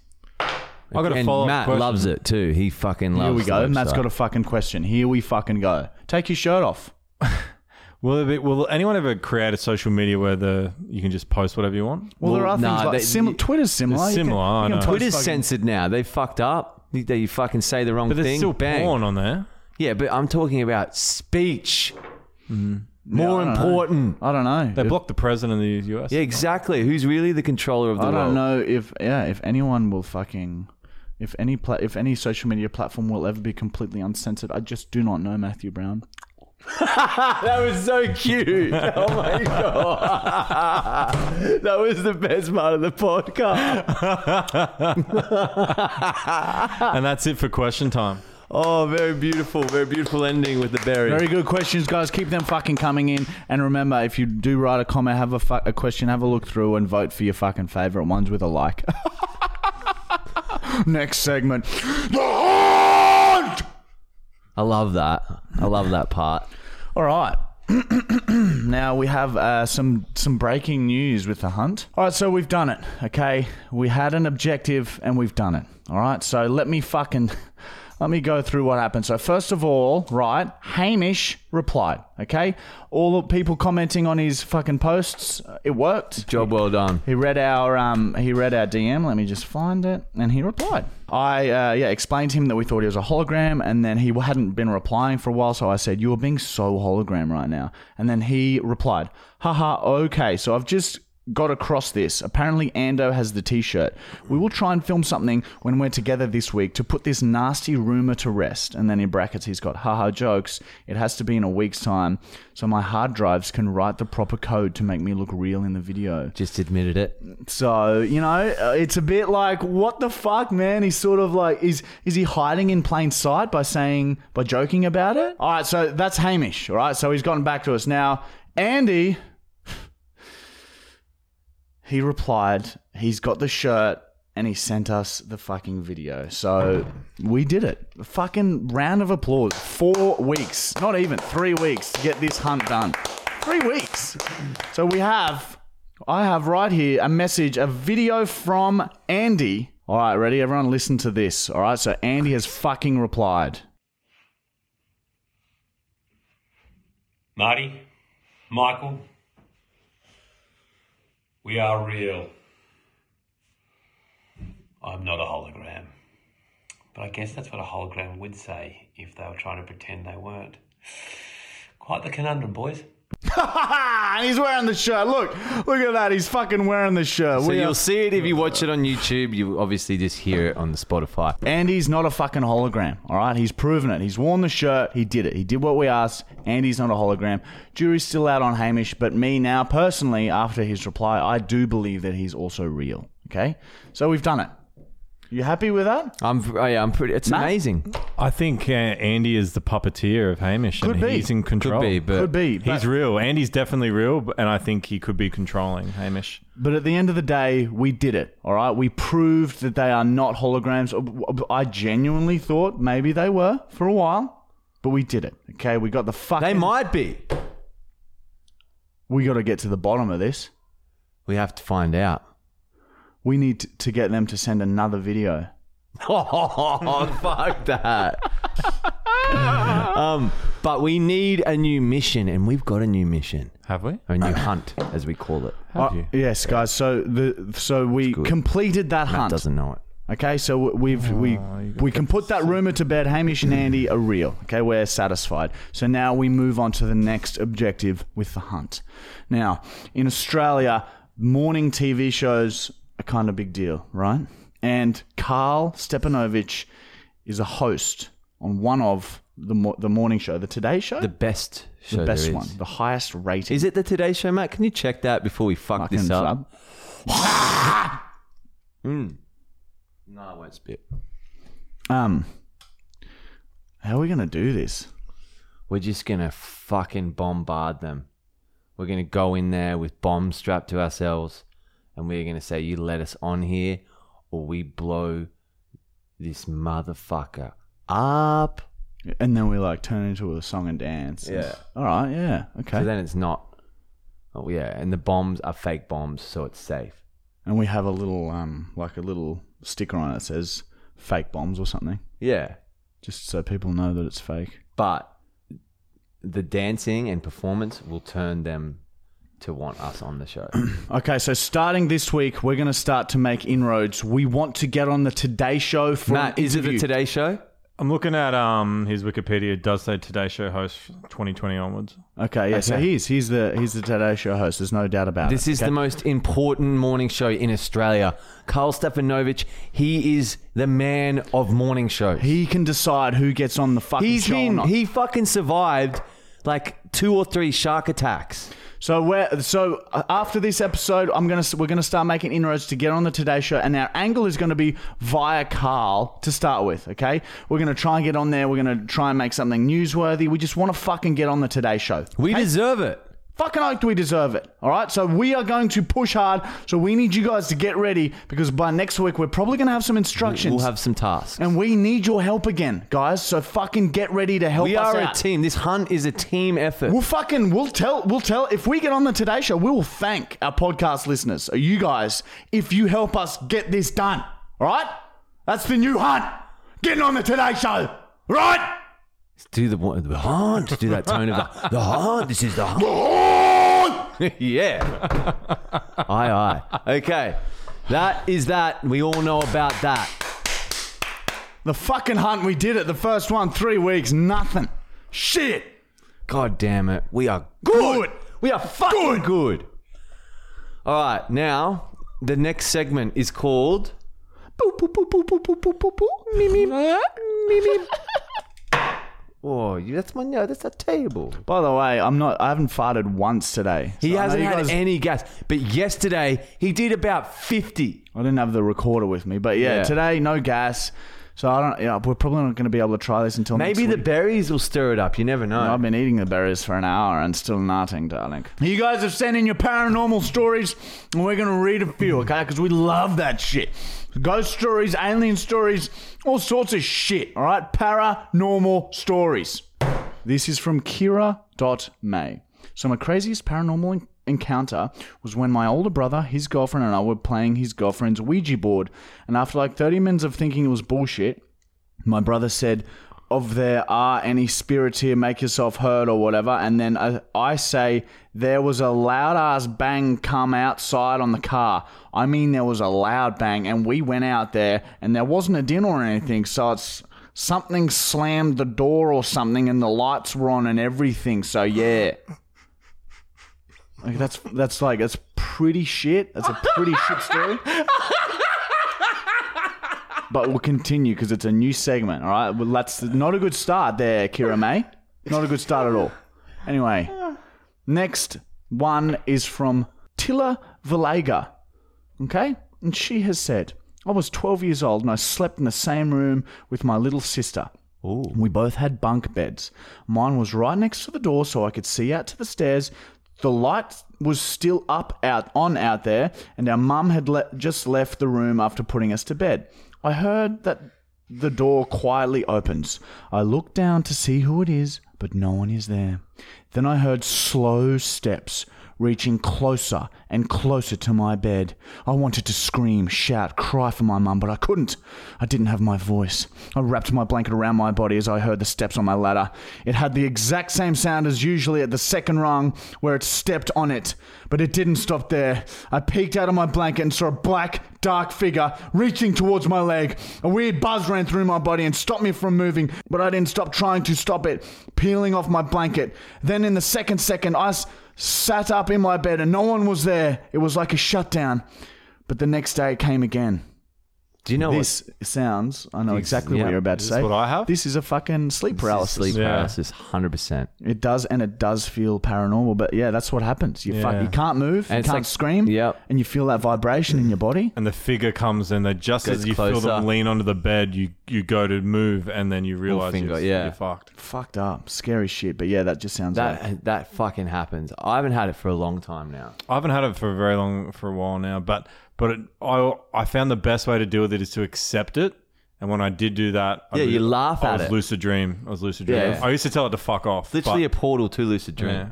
Speaker 2: I got a
Speaker 3: and
Speaker 2: follow-up
Speaker 3: Matt
Speaker 2: question.
Speaker 3: loves it too. He fucking loves.
Speaker 1: Here we go.
Speaker 3: the
Speaker 1: Matt's
Speaker 3: website.
Speaker 1: got a fucking question. Here we fucking go. Take your shirt off.
Speaker 2: Will, it be, will anyone ever create a social media where the you can just post whatever you want?
Speaker 1: Well, there
Speaker 3: Well,
Speaker 1: are
Speaker 3: nah,
Speaker 1: things like
Speaker 3: they-
Speaker 1: sim- Twitter's similar.
Speaker 2: it's
Speaker 1: You can-
Speaker 2: similar,
Speaker 1: you
Speaker 2: I
Speaker 1: can
Speaker 2: know.
Speaker 1: post
Speaker 3: Twitter's
Speaker 1: fucking-
Speaker 3: censored now. They fucked up. They you fucking say the wrong
Speaker 2: But there's
Speaker 3: thing.
Speaker 2: still
Speaker 3: Bang.
Speaker 2: porn on there.
Speaker 3: Yeah, but I'm talking about speech. More
Speaker 1: Mm-hmm. I don't know.
Speaker 3: important.
Speaker 1: I don't know.
Speaker 2: They blocked the president of the US.
Speaker 3: Yeah, exactly. Who's really the controller of the
Speaker 1: I
Speaker 3: world?
Speaker 1: don't know if yeah, if anyone will fucking, if any pla- if any social media platform will ever be completely uncensored. I just do not know, Matthew Brown.
Speaker 3: That was so cute. Oh my god. that was the best part of the podcast.
Speaker 2: And that's it for question time.
Speaker 3: Oh, very beautiful. Very beautiful ending with the berry.
Speaker 1: Very good questions, guys. Keep them fucking coming in. And remember, if you do write a comment, have a, fu- a question, have a look through and vote for your fucking favorite ones with a like. Next segment. The Haunt!
Speaker 3: I love that. I love that part.
Speaker 1: All right. now we have uh, some some breaking news with the hunt. All right, so we've done it. Okay, we had an objective and we've done it. All right, so let me fucking let me go through what happened. So first of all, right, Hamish replied. Okay, all the people commenting on his fucking posts, uh, it worked.
Speaker 3: Job well done.
Speaker 1: He read our um, he read our DM. Let me just find it, and he replied. I uh, yeah explained to him that we thought he was a hologram, and then he hadn't been replying for a while. So I said, "You are being so hologram right now." And then he replied, "Haha, okay. So I've just got across this. Apparently, Ando has the T-shirt. We will try and film something when we're together this week to put this nasty rumor to rest." And then in brackets, he's got haha jokes. It has to be in a week's time, so my hard drives can write the proper code to make me look real in the video.
Speaker 3: Just admitted it.
Speaker 1: So you know, uh, it's a bit like what the fuck, man. He's sort of like is is he hiding in plain sight by saying by joking about it? All right, so that's Hamish. All right, so he's gotten back to us now. Andy, he replied. He's got the shirt and he sent us the fucking video. So we did it. Fucking round of applause. Four weeks, not even three weeks to get this hunt done. Three weeks. So we have, I have right here a message, a video from Andy. All right, ready? Everyone listen to this. All right, so Andy has fucking replied.
Speaker 4: Marty, Michael, we are real. I'm not a hologram. But I guess that's what a hologram would say if they were trying to pretend they weren't. Quite the conundrum, boys.
Speaker 1: and he's wearing the shirt. Look, look at that. He's fucking wearing the shirt.
Speaker 3: So
Speaker 1: We
Speaker 3: you'll
Speaker 1: are-
Speaker 3: see it if you watch it on YouTube. You obviously just hear it on the Spotify.
Speaker 1: Andy's not a fucking hologram. All right, he's proven it. He's worn the shirt. He did it. He did what we asked. Andy's not a hologram. Jury's still out on Hamish, but me now personally, after his reply, I do believe that he's also real. Okay, so we've done it. You happy with that?
Speaker 3: I'm, oh yeah, I'm pretty. It's amazing.
Speaker 2: I think uh, Andy is the puppeteer of Hamish,
Speaker 1: Could
Speaker 2: and
Speaker 1: be.
Speaker 2: he's in
Speaker 3: Could
Speaker 2: control.
Speaker 3: be, but
Speaker 1: Could be. but-
Speaker 2: He's real. Andy's definitely real, b- and I think he could be controlling Hamish.
Speaker 1: But at the end of the day, we did it. All right, we proved that they are not holograms. I genuinely thought maybe they were for a while, but we did it. Okay, we got the fucking.
Speaker 3: they might be.
Speaker 1: We got to get to the bottom of this.
Speaker 3: We have to find out.
Speaker 1: We need t- to get them to send another video.
Speaker 3: Oh, fuck that. um, but we need a new mission, and we've got a new mission,
Speaker 2: Have we?
Speaker 3: a new hunt, as we call it.
Speaker 2: Have
Speaker 1: Uh,
Speaker 2: you?
Speaker 1: Yes, guys. So the so we completed that
Speaker 3: Matt
Speaker 1: hunt.
Speaker 3: doesn't know it.
Speaker 1: Okay, so w- we've we we can put that rumor to bed. Hamish and Andy are real. Okay, we're satisfied. So now we move on to the next objective with the hunt. Now, in Australia, morning TV shows are kind of big deal, right? And Carl Stepanovich is a host on one of the mo- the morning show, the Today Show,
Speaker 3: The best show.
Speaker 1: the
Speaker 3: there
Speaker 1: best
Speaker 3: is.
Speaker 1: one, the highest rating.
Speaker 3: Is it the Today Show, Matt? Can you check that before we fuck
Speaker 1: fucking
Speaker 3: this up? Mm.
Speaker 1: sub.
Speaker 3: No, I won't spit.
Speaker 1: Um, how are we gonna do this?
Speaker 3: We're just gonna fucking bombard them. We're gonna go in there with bombs strapped to ourselves, and we're gonna say, "You let us on here, or we blow this motherfucker up."
Speaker 1: And then we like turn into a song and dance.
Speaker 3: Yeah.
Speaker 1: All right. Yeah. Okay.
Speaker 3: So then it's not. Oh yeah, and the bombs are fake bombs, so it's safe.
Speaker 1: and we have a little um like a little sticker on it that says fake bombs or something,
Speaker 3: Yeah,
Speaker 1: just so people know that it's fake.
Speaker 3: but the dancing and performance will turn them to want us on the show.
Speaker 1: Okay. So starting this week, we're gonna start to make inroads. We want to get on the Today Show for
Speaker 3: Matt,
Speaker 1: an
Speaker 3: is it the
Speaker 1: interview.
Speaker 3: Today Show?
Speaker 2: I'm looking at um his Wikipedia. It does say Today Show host 2020 onwards.
Speaker 1: Okay. Yeah. So he's he's the he's the Today Show host. There's no doubt about it.
Speaker 3: This is the most important morning show in Australia. Carl Stefanovic, he is the man of morning shows.
Speaker 1: He can decide who gets on the fucking
Speaker 3: He's
Speaker 1: show. or
Speaker 3: been
Speaker 1: not.
Speaker 3: he fucking survived like two or three shark attacks.
Speaker 1: So we're so uh, after this episode, I'm gonna we're gonna start making inroads to get on the Today Show, and our angle is gonna be via Carl to start with. Okay, we're gonna try and get on there. We're gonna try and make something newsworthy. We just want to fucking get on the Today Show.
Speaker 3: We deserve it.
Speaker 1: Fucking like we deserve it. All right, so we are going to push hard. So we need you guys to get ready because by next week we're probably gonna have some instructions.
Speaker 3: We'll have some tasks.
Speaker 1: and we need your help again, guys. So fucking get ready to help
Speaker 3: we
Speaker 1: us
Speaker 3: are a
Speaker 1: out.
Speaker 3: team. This hunt is a team effort.
Speaker 1: We'll fucking we'll tell we'll tell if we get on the Today Show, we will thank our podcast listeners, uh, you guys, if you help us get this done. All right, that's the new hunt. Getting on the Today Show, right?
Speaker 3: Do the, one- the hunt. Do that tone of the, the hunt. This is the hunt. yeah. aye, aye. Okay. That is that. We all know about that.
Speaker 1: The fucking hunt we did it. The first one, three weeks, nothing. Shit.
Speaker 3: God damn it. We are
Speaker 1: Good.
Speaker 3: We are fucking good. All right, now the next segment is called.
Speaker 1: Boop, boop, boop, boop, boop, boop, boop, boop, boop. Me, me, me, me.
Speaker 3: Oh, you- that's my no. That's a table.
Speaker 1: By the way, I'm not. I haven't farted once today.
Speaker 3: He
Speaker 1: So I know
Speaker 3: hasn't
Speaker 1: you
Speaker 3: had
Speaker 1: guys-
Speaker 3: any gas, but yesterday he did about fifty.
Speaker 1: I didn't have the recorder with me, but yeah,
Speaker 3: Yeah.
Speaker 1: today no gas. So I don't. Yeah, we're probably not going to be able to try this until
Speaker 3: Maybe
Speaker 1: next
Speaker 3: the
Speaker 1: week.
Speaker 3: berries will stir it up. You never know.
Speaker 1: I've been eating the berries for an hour and still nothing, darling. You guys have sent in your paranormal stories, and we're going to read a few, okay? Because we love that shit. Ghost stories, alien stories, all sorts of shit, all right? Paranormal stories. This is from Kira.may. So, my craziest paranormal en- encounter was when my older brother, his girlfriend, and I were playing his girlfriend's Ouija board. And after like 30 minutes of thinking it was bullshit, my brother said, of there are any spirits here, make yourself heard or whatever. And then I, I say, there was a loud ass bang come outside on the car. I mean, there was a loud bang, and we went out there, and there wasn't a dinner or anything. So it's something slammed the door or something, and the lights were on and everything. So yeah, like that's that's like that's pretty shit. That's a pretty shit story but we'll continue because it's a new segment. All right, well, that's not a good start there, Kira May. Not a good start at all. Anyway, next one is from Tilla Vallega. Okay, and she has said, "I was 12 years old and I slept in the same room with my little sister." We both had bunk beds. Mine was right next to the door so I could see out to the stairs. The light was still up out on out there, and our mum had le- just left the room after putting us to bed. I heard that the door quietly opens. I look down to see who it is, but no one is there. Then I heard slow steps reaching closer and closer to my bed. I wanted to scream, shout, cry for my mum, but I couldn't. I didn't have my voice. I wrapped my blanket around my body as I heard the steps on my ladder. It had the exact same sound as usually at the second rung where it stepped on it, but it didn't stop there. I peeked out of my blanket and saw a black, dark figure reaching towards my leg. A weird buzz ran through my body and stopped me from moving, but I didn't stop trying to stop it, peeling off my blanket. Then, in the second second, I s- sat up in my bed and no one was there. It was like a shutdown. But the next day it came again.
Speaker 3: Do you know what?
Speaker 1: This sounds, I know exactly
Speaker 3: Oh, yeah.
Speaker 1: what you're about to
Speaker 2: Is
Speaker 1: say.
Speaker 2: this what I have?
Speaker 1: This is a fucking sleep paralysis.
Speaker 3: Sleep
Speaker 2: Yeah.
Speaker 3: paralysis, hundred percent.
Speaker 1: It does, and it does feel paranormal. But yeah, that's what happens. You
Speaker 2: Yeah.
Speaker 1: fuck, you can't move,
Speaker 3: And
Speaker 1: you
Speaker 3: it's
Speaker 1: can't
Speaker 3: like-
Speaker 1: scream,
Speaker 3: yep.
Speaker 1: and you feel that vibration in your body.
Speaker 2: And the figure comes and they just
Speaker 3: Goes
Speaker 2: as you feel
Speaker 3: closer.
Speaker 2: them lean onto the bed, you, you go to move and then you realize
Speaker 3: finger,
Speaker 2: you're,
Speaker 3: yeah.
Speaker 2: you're fucked.
Speaker 1: Fucked up, scary shit. But yeah, that just sounds like
Speaker 3: That that fucking happens. I haven't had it for a long time now.
Speaker 2: I haven't had it for very long for a while now, but but it, I I found the best way to deal with it is to accept it. And when I did do that, I
Speaker 3: Yeah, you laugh at
Speaker 2: I was
Speaker 3: it.
Speaker 2: lucid dream. I was lucid dream.
Speaker 3: Yeah.
Speaker 2: I used to tell it to fuck off.
Speaker 3: It's literally
Speaker 2: but,
Speaker 3: a portal to lucid dream.
Speaker 2: yeah,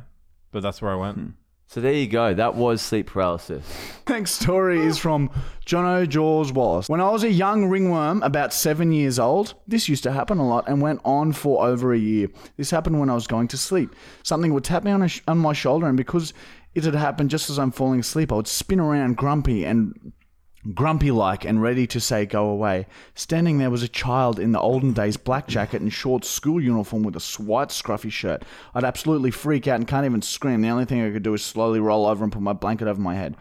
Speaker 2: but that's where I went.
Speaker 3: So there you go. That was sleep paralysis.
Speaker 1: Next story is from Jono Jaws Wallace. When I was a young ringworm, about seven years old, this used to happen a lot and went on for over a year. This happened when I was going to sleep. Something would tap me on, a sh- on my shoulder, and because it had happened just as I'm falling asleep, I would spin around grumpy and grumpy like and ready to say go away. Standing there was a child in the olden days black jacket and short school uniform with a s- white scruffy shirt. I'd absolutely freak out and can't even scream. The only thing I could do is slowly roll over and put my blanket over my head.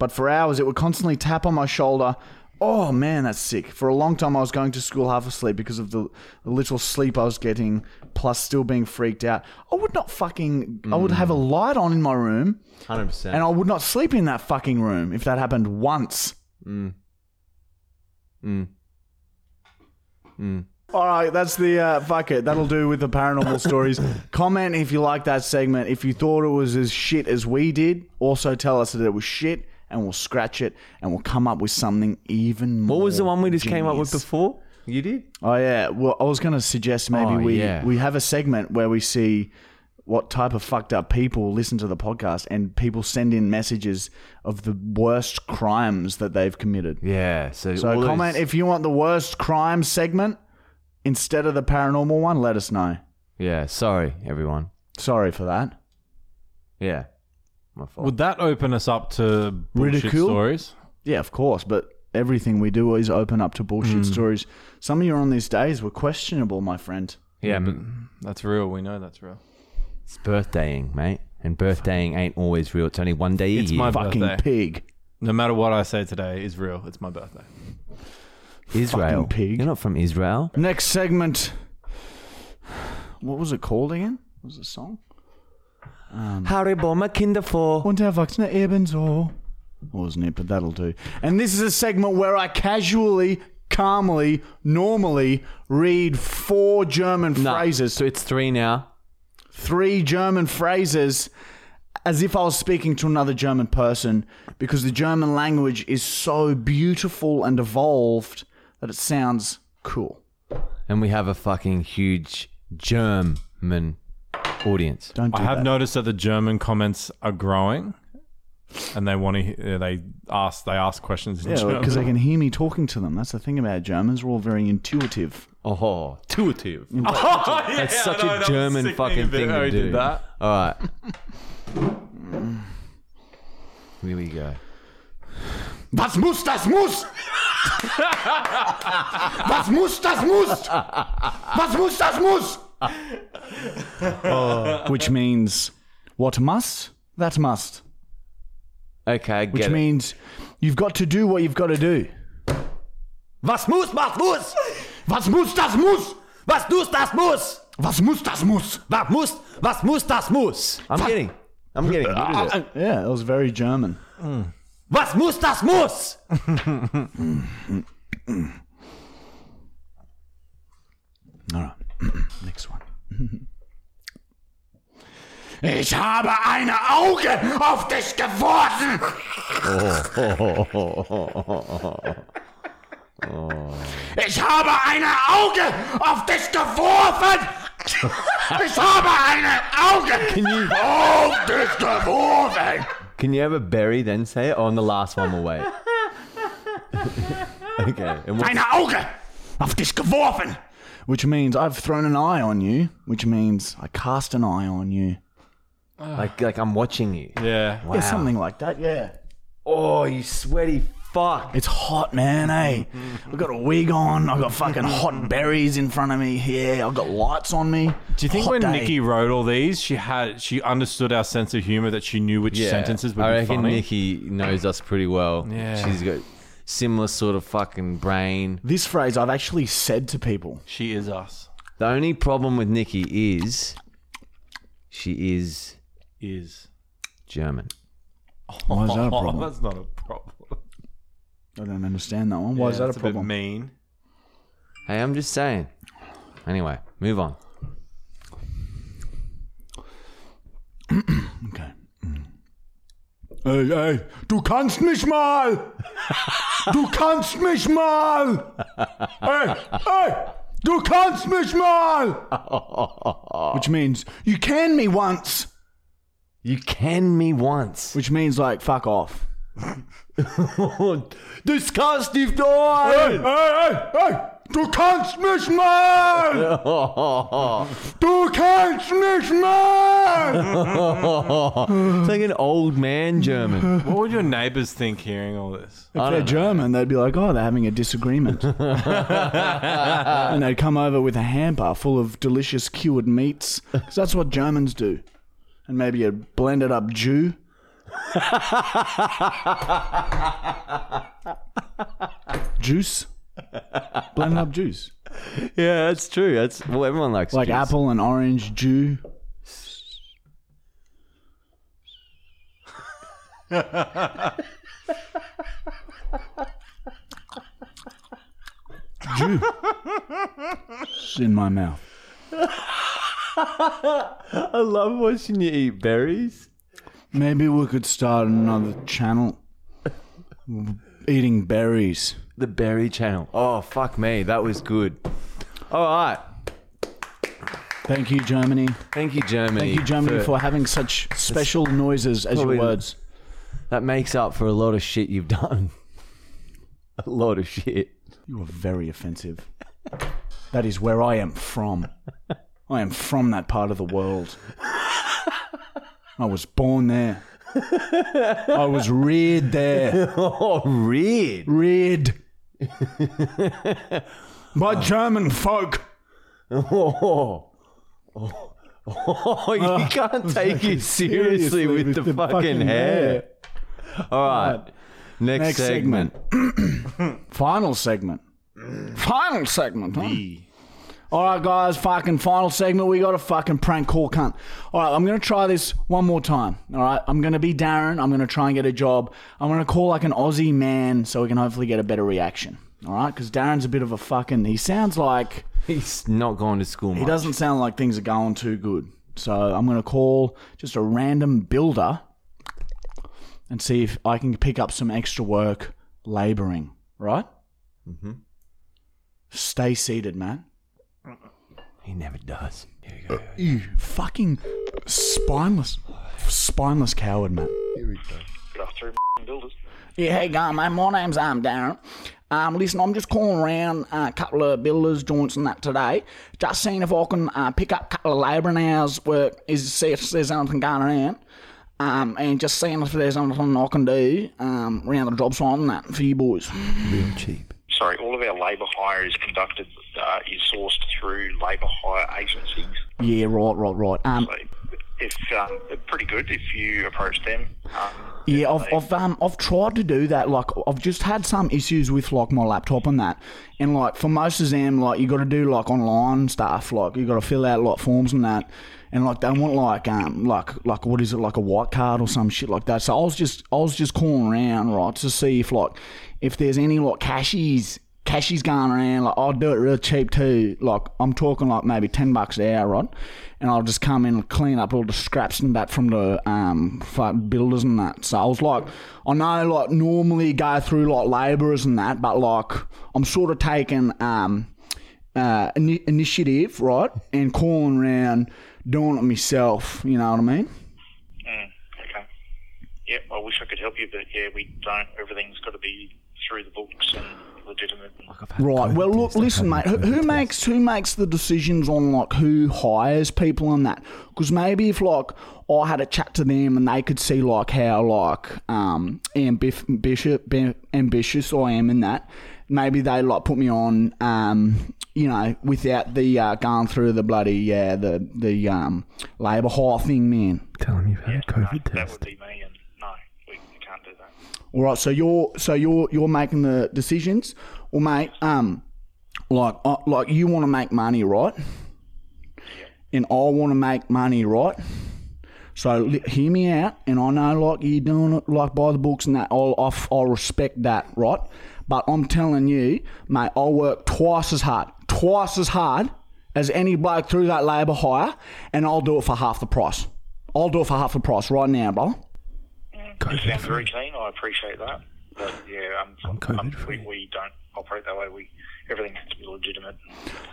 Speaker 1: But for hours it would constantly tap on my shoulder. Oh man, that's sick. For a long time I was going to school half asleep because of the the little sleep I was getting plus still being freaked out. I would not fucking I would have a light on in my room
Speaker 3: Hundred percent.
Speaker 1: and I would not sleep in that fucking room if that happened once.
Speaker 3: Mm. Mm.
Speaker 1: All right, that's the uh, fuck it. That'll do with the paranormal stories. Comment if you like that segment. If you thought it was as shit as we did, also tell us that it was shit, and we'll scratch it, and we'll come up with something even more.
Speaker 3: What was the one we just came up with
Speaker 1: genius.
Speaker 3: before? You did?
Speaker 1: Oh yeah. Well, I was going to suggest maybe
Speaker 3: Oh,
Speaker 1: we
Speaker 3: yeah.
Speaker 1: we have a segment where we see what type of fucked up people listen to the podcast, and people send in messages of the worst crimes that they've committed.
Speaker 3: Yeah. So,
Speaker 1: So comment if you want the worst crime segment instead of the paranormal one. Let us know.
Speaker 3: Yeah. Sorry, everyone.
Speaker 1: Sorry for that.
Speaker 3: Yeah. My fault.
Speaker 2: Would that open us up to bullshit
Speaker 1: Ridicule?
Speaker 2: stories?
Speaker 1: Yeah, of course, but everything we do is open up to
Speaker 3: Hmm.
Speaker 1: bullshit stories. Some of you on these days were questionable, my friend.
Speaker 3: yeah. But
Speaker 1: Hmm.
Speaker 2: That's real. We know that's real.
Speaker 3: it's birthdaying, mate. And birthdaying ain't always real. It's only one day a
Speaker 2: It's
Speaker 3: year.
Speaker 2: my
Speaker 1: Fucking
Speaker 2: birthday.
Speaker 1: pig.
Speaker 2: No matter what I say today is real. It's my birthday.
Speaker 3: Israel.
Speaker 1: fucking pig.
Speaker 3: You're not from Israel.
Speaker 1: Next segment. What was it called again? What was the song? Um,
Speaker 3: Harry Bomber Kinder for.
Speaker 1: Und er wachsene ebenso. Wasn't it? But that'll do. And this is a segment where I casually, calmly, normally read four German phrases.
Speaker 3: So it's three now.
Speaker 1: three German phrases as if I was speaking to another German person because the German language is so beautiful and evolved that it sounds cool.
Speaker 3: And we have a fucking huge German audience.
Speaker 1: Don't do
Speaker 2: I have
Speaker 1: that.
Speaker 2: noticed that the German comments are growing, and they want to. They ask. They ask questions in
Speaker 1: yeah,
Speaker 2: German.
Speaker 1: because they can hear me talking to them. That's the thing about Germans. We're all very intuitive.
Speaker 3: Oh,
Speaker 2: intuitive.
Speaker 3: that's such a German fucking thing to do. All right.
Speaker 2: Mm.
Speaker 3: Here we go.
Speaker 1: Was muss, das muss! Was muss, das muss! Was muss, das muss! Oh, Which means, what must, that must.
Speaker 3: Okay, I get
Speaker 1: which
Speaker 3: it.
Speaker 1: means you've got to do what you've got to do.
Speaker 3: was muss, was muss,
Speaker 1: Was muss, das muss.
Speaker 3: was muss, das muss,
Speaker 1: Was muss, das muss.
Speaker 3: was muss, was muss, das muss. I'm getting, I'm getting Ah. good at it.
Speaker 1: Yeah, that was very German.
Speaker 3: Was muss, das muss.
Speaker 1: All right, next one. Ich habe eine Auge auf dich geworfen. Ich habe eine Auge auf dich geworfen.
Speaker 5: It's all behind it. Alga. Can you? Oh, this divorce.
Speaker 3: Can you ever bury then say it? Or on the last one we'll wait. okay. And we'll-
Speaker 5: Eine Auge auf dich geworfen.
Speaker 1: Which means I've thrown an eye on you, which means I cast an eye on you.
Speaker 3: like like I'm watching you.
Speaker 2: Yeah.
Speaker 1: Yeah, something like that, yeah.
Speaker 3: Oh, you sweaty fuck.
Speaker 1: It's hot, man, eh? I've got a wig on, I've got fucking hot berries in front of me, yeah, I've got lights on me.
Speaker 2: Do you think
Speaker 1: Hot
Speaker 2: when
Speaker 1: day.
Speaker 2: Nikki wrote all these, she had she understood our sense of humor that she knew which sentences would
Speaker 3: I
Speaker 2: be
Speaker 3: reckon
Speaker 2: funny?
Speaker 3: Nikki knows us pretty well.
Speaker 2: Yeah.
Speaker 3: She's got similar sort of fucking brain.
Speaker 1: This phrase I've actually said to people.
Speaker 2: She is us.
Speaker 3: The only problem with Nikki is she is
Speaker 2: Is. Oh,
Speaker 3: German.
Speaker 1: Why is that a problem?
Speaker 2: that's not a problem.
Speaker 1: I don't understand that one. Why is that a
Speaker 2: Yeah, that's
Speaker 1: problem?
Speaker 2: Bit mean.
Speaker 3: Hey, I'm just saying. Anyway, move on.
Speaker 1: Okay. Ey, ey, du kannst mich mal! Du kannst mich mal! Ey, ey, du kannst mich mal! Which means, you can me once!
Speaker 3: You can me once.
Speaker 1: Which means, like, fuck off.
Speaker 3: Discuss dich doch.
Speaker 1: ey, ey, du kannst mich mal! Du kannst mich mal!
Speaker 3: It's like an old man German.
Speaker 2: What would your neighbors think hearing all this?
Speaker 1: If they're German, they'd be like, oh, they're having a disagreement. and they'd come over with a hamper full of delicious cured meats, 'cause that's what Germans do. And maybe a blended up Jew. juice? Blended up juice.
Speaker 3: yeah, that's true. That's well, everyone likes
Speaker 1: Like
Speaker 3: juice.
Speaker 1: apple and orange Jew. Jew. It's in my mouth.
Speaker 3: I love watching you eat berries.
Speaker 1: Maybe we could start another channel. Eating berries.
Speaker 3: The berry channel. Oh fuck me, that was good. All right,
Speaker 1: Thank you, Germany.
Speaker 3: thank you Germany.
Speaker 1: Thank you, Germany, for having such special noises as your
Speaker 3: Probably-
Speaker 1: words.
Speaker 3: that makes up for a lot of shit you've done. a lot of shit.
Speaker 1: You are very offensive. That is where I am from. I am from that part of the world. I was born there. I was reared there.
Speaker 3: Oh, weird.
Speaker 1: Reared. By German folk.
Speaker 3: Oh. Oh, you can't take it seriously with, the, fucking, hair. All right. Next,
Speaker 1: Next
Speaker 3: segment.
Speaker 1: segment. Final segment. Final segment. Huh? All right, guys. Fucking final segment. We got a fucking prank call, cunt. All right, I'm gonna try this one more time. All right, I'm gonna be Darren. I'm gonna try and get a job. I'm gonna call like an Aussie man so we can hopefully get a better reaction. All right, because Darren's a bit of a fucking. He sounds like
Speaker 3: He's not going to school,
Speaker 1: he
Speaker 3: mate.
Speaker 1: doesn't sound like things are going too good. So I'm going to call just a random builder and see if I can pick up some extra work laboring, right? Mm-hmm. Stay seated, man.
Speaker 3: He never does. Here we go.
Speaker 1: You fucking spineless, spineless coward, man.
Speaker 6: builders.
Speaker 1: Yeah, hey guy, man. My name's um Darren. Um, listen, I'm just calling around uh, a couple of builders, joints, and that today. Just seeing if I can uh, pick up a couple of labouring hours work, is see if there's anything going around. Um, and just seeing if there's anything I can do um, around the job site and that for you boys.
Speaker 3: Real cheap.
Speaker 6: Sorry, all of our labour hire is conducted, uh, is sourced through labour hire agencies.
Speaker 1: Yeah, right, right, right. Um,
Speaker 6: So if um, they're pretty good if you approach them. Um,
Speaker 1: Yeah, I've, I've um I've tried to do that. Like I've just had some issues with like my laptop and that, and like for most of them, like you got to do like online stuff. Like you got to fill out like forms and that, and like they want like um like like what is it like a white card or some shit like that. So I was just I was just calling around right to see if like if there's any like cashies cashies going around. Like I'll do it real cheap too. Like I'm talking like maybe ten bucks an hour, right? And I'll just come in and clean up all the scraps and that from the um fuck builders and that. So I was like, I know like normally go through like labourers and that, but like I'm sort of taking um uh, ini initiative, right, and calling around doing it myself. You know what I mean?
Speaker 6: Mm, okay. Yeah, I wish I could help you, but yeah, we don't. Everything's got to be through the books and legitimate.
Speaker 1: Right. Well, look,
Speaker 7: I've
Speaker 1: listen, mate.
Speaker 7: had
Speaker 1: Who, who
Speaker 7: COVID
Speaker 1: makes who makes the decisions on like who hires people and that? Because maybe if like I had a chat to them and they could see like how like um ambif- bishop, b- ambitious I am in that, maybe they like put me on um you know without the uh, going through the bloody yeah the the um labour hire thing, man.
Speaker 3: Tell him you've had a
Speaker 6: No,
Speaker 3: COVID
Speaker 6: that
Speaker 3: test.
Speaker 6: would be me, and no, we, we can't do that.
Speaker 1: All right, so you're so you're you're making the decisions, well, mate. Um, like uh, like you want to make money, right? And I want to make money, right? So li- hear me out, and I know like you're doing it like by the books and that. I'll I, f- I respect that, right? But I'm telling you, mate, I work twice as hard, twice as hard as any bloke through that labour hire, and I'll do it for half the price. I'll do it for half the price right now, bro.
Speaker 6: You sound very keen. I appreciate that. But yeah, um,
Speaker 3: COVID
Speaker 6: um,
Speaker 3: free.
Speaker 6: we, we don't operate that way. We everything has to be legitimate.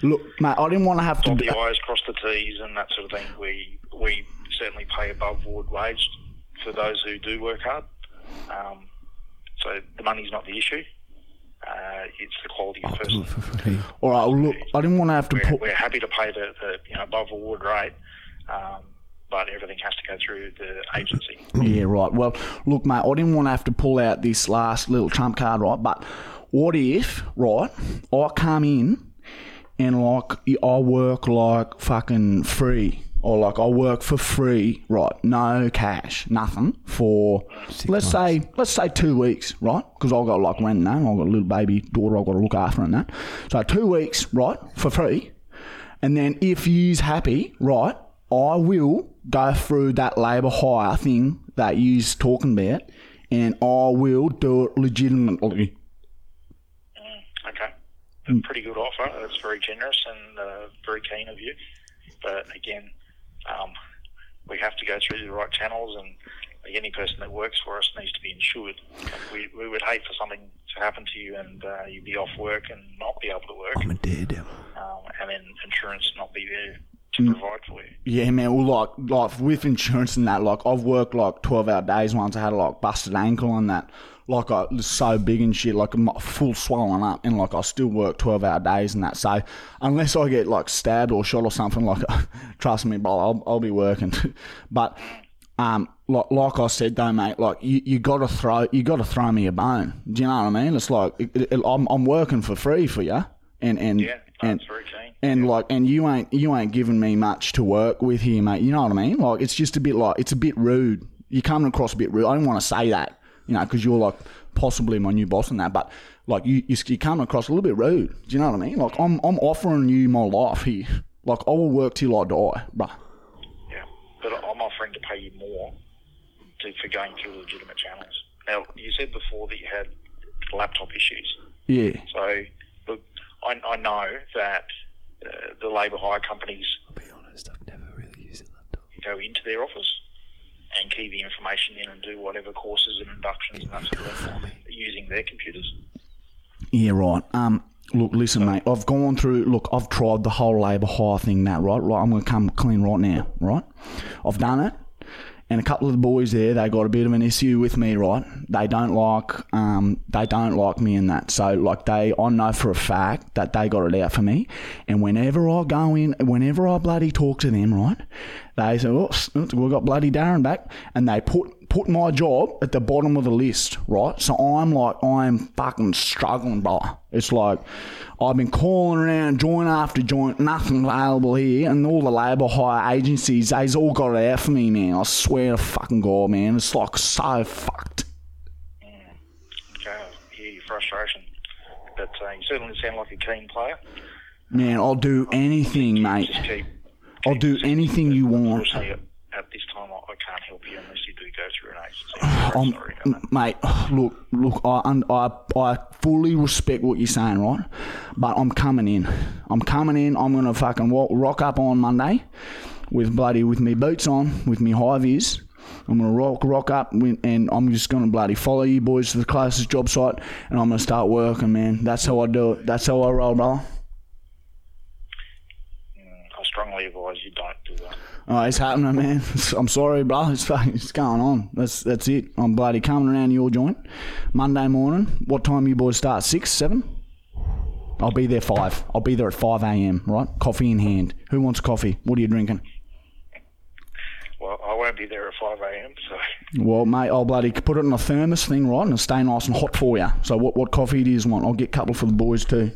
Speaker 1: Look, mate, I didn't want to have to.
Speaker 6: Dot
Speaker 1: do-
Speaker 6: the i's, cross the t's, and that sort of thing. We we certainly pay above board wage for those who do work hard. Um, so the money's not the issue. Uh, it's the quality of person.
Speaker 1: All right, well, look, I didn't want to have to
Speaker 6: we're,
Speaker 1: put.
Speaker 6: we're happy to pay the, the you know above award rate, um, but everything has to go through the agency.
Speaker 1: Yeah, right. Well, look, mate, I didn't want to have to pull out this last little trump card, right? But what if, right, I come in and, like, I work, like, fucking free. Or, like, I work for free, right? No cash, nothing for, let let's say, let's say two weeks, right? Because I've got, like, rent now. I've got a little baby daughter I've got to look after and that. So, two weeks, right, for free. And then if you's happy, right, I will go through that labour hire thing that you's talking about and I will do it legitimately.
Speaker 6: Okay. A pretty good offer. That's very generous and uh, very keen of you. But again, um, we have to go through the right channels, and any person that works for us needs to be insured. We, we would hate for something to happen to you and uh, you be off work and not be able to work,
Speaker 3: I'm a daredevil.
Speaker 6: um, and then insurance not be there to provide for you.
Speaker 1: Yeah, man, well like like with insurance and that, like I've worked like twelve hour days once I had a like busted ankle and that. Like I was so big and shit, like I'm full swollen up, and like I still work twelve hour days and that. So unless I get like stabbed or shot or something, like trust me, bro, I'll, I'll be working. but um, like, like I said though, mate, like you, you gotta throw you gotta throw me a bone. Do you know what I mean? It's like it, it, I'm I'm working for free for you, and and
Speaker 6: Yeah, no,
Speaker 1: and
Speaker 6: it's very keen.
Speaker 1: and like and you ain't you ain't giving me much to work with here, mate. You know what I mean? Like it's just a bit like it's a bit rude. You're coming across a bit rude. I don't want to say that, you know, because you're like possibly my new boss and that, but like you you you coming across a little bit rude. Do you know what I mean? Like I'm I'm offering you my life here. Like I will work till I die, bruh.
Speaker 6: Yeah, but I'm offering to pay you more to, for going through legitimate channels. Now, you said before that you had laptop issues.
Speaker 1: Yeah.
Speaker 6: So, look, I, I know that uh, the labour hire companies
Speaker 3: I'll be honest, I've never really used a laptop.
Speaker 6: go into their office and key the information in and do whatever courses and inductions and that sort of thing using their computers.
Speaker 1: Yeah, right. Um, look, listen, mate. I've gone through. Look, I've tried the whole labour hire thing. That right, right. I'm going to come clean right now. Right, I've done it. And a couple of the boys there, they got a bit of an issue with me, right? They don't like, um, they don't like me in that. So, like, they, I know for a fact that they got it out for me. And whenever I go in, whenever I bloody talk to them, right, they say, "Oh, we got bloody Darren back," and they put put my job at the bottom of the list, right? So I'm like, I'm fucking struggling, bro. It's like, I've been calling around joint after joint, nothing available here, and all the labour hire agencies, they's all got it out for me, man. I swear to fucking God, man. It's like so fucked.
Speaker 6: Okay, I hear your frustration. But uh, you certainly sound like a keen player.
Speaker 1: Man, I'll do anything, mate.
Speaker 6: Just keep.
Speaker 1: I'll do anything you want.
Speaker 6: Unfortunately, at at this time, I I can't help you unless you do go through an agency. I'm
Speaker 1: Um,
Speaker 6: very sorry.
Speaker 1: m- mate, look, look, I, un- I, I fully respect what you're saying, right? But I'm coming in. I'm coming in. I'm gonna fucking walk, rock up on Monday with bloody with me boots on, with me high vis. I'm gonna rock, rock up, wi- and I'm just gonna bloody follow you boys to the closest job site, and I'm gonna start working, man. That's how I do it. That's how I roll, bro.
Speaker 6: Mm, I strongly advise you don't do that.
Speaker 1: Oh, it's happening, man. I'm sorry, bro. It's fucking, it's going on. That's that's it. I'm bloody coming around your joint Monday morning. What time you boys start? Six, seven? I'll be there five. I'll be there at five a.m. Right, coffee in hand. Who wants coffee? What are you drinking?
Speaker 6: Well, I won't be there at 5 a.m., so
Speaker 1: Well, mate, I'll bloody put it in a thermos thing, right, and it'll stay nice and hot for you. So, what what coffee do you want? I'll get a couple for the boys too.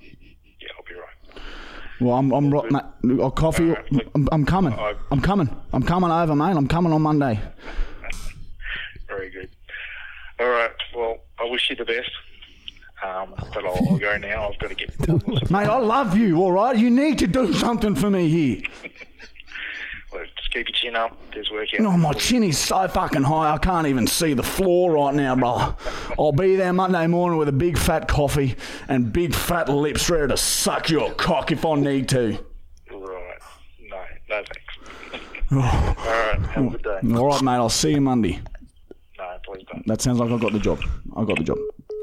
Speaker 6: yeah, I'll be right.
Speaker 1: Well, I'm, I'm right, mate. Oh, coffee. I'm, I'm coming. I'm coming. I'm coming over, mate. I'm coming on Monday.
Speaker 6: Very good. All right, well, I wish you the best, um, but I'll, I'll go now. I've got to get. Well,
Speaker 1: Mate, I love you, all right? You need to do something for me here.
Speaker 6: just keep your chin up. There's work out.
Speaker 1: No, my chin is so fucking high, I can't even see the floor right now, bro. I'll be there Monday morning with a big fat coffee and big fat lips ready to suck your cock if I need to.
Speaker 6: Right. No, no thanks. All right, have a good day.
Speaker 1: All right, mate, I'll see you Monday.
Speaker 6: No, please don't.
Speaker 1: That sounds like I got the job. I got the job.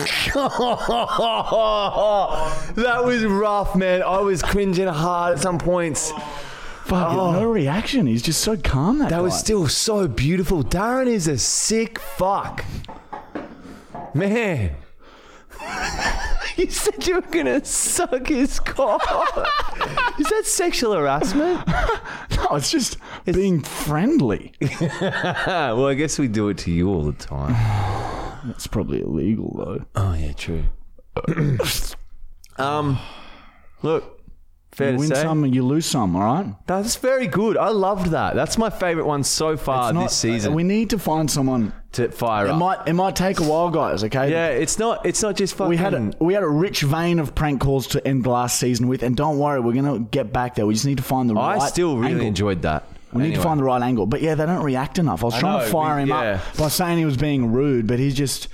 Speaker 3: that was rough, man. I was cringing hard at some points.
Speaker 1: Fucking no reaction. He's just so calm. That,
Speaker 3: Oh. That was
Speaker 1: guy.
Speaker 3: still so beautiful. Darren is a sick fuck. Man. you said you were going to suck his cock. is that sexual harassment?
Speaker 1: No, it's just being friendly.
Speaker 3: Ah, well, I guess we do it to you all the time.
Speaker 1: That's probably illegal though.
Speaker 3: Oh, yeah, true. um, look, fair
Speaker 1: You
Speaker 3: to
Speaker 1: win
Speaker 3: say.
Speaker 1: some and you lose some. All right.
Speaker 3: That's very good. I loved that. That's my favorite one so far
Speaker 1: It's not-
Speaker 3: Ah, this season
Speaker 1: We need to find someone.
Speaker 3: to fire
Speaker 1: It
Speaker 3: up.
Speaker 1: might it might take a while, guys. Okay.
Speaker 3: yeah, it's not. It's not just fucking.
Speaker 1: We had a we had a rich vein of prank calls to end the last season with, and don't worry, we're gonna get back there. We just need to find the
Speaker 3: I
Speaker 1: right.
Speaker 3: still really
Speaker 1: angle.
Speaker 3: enjoyed that.
Speaker 1: We need to find the right angle, but yeah, they don't react enough. I was trying to
Speaker 3: know,
Speaker 1: fire
Speaker 3: we-
Speaker 1: him
Speaker 3: yeah.
Speaker 1: up by saying he was being rude, but he's just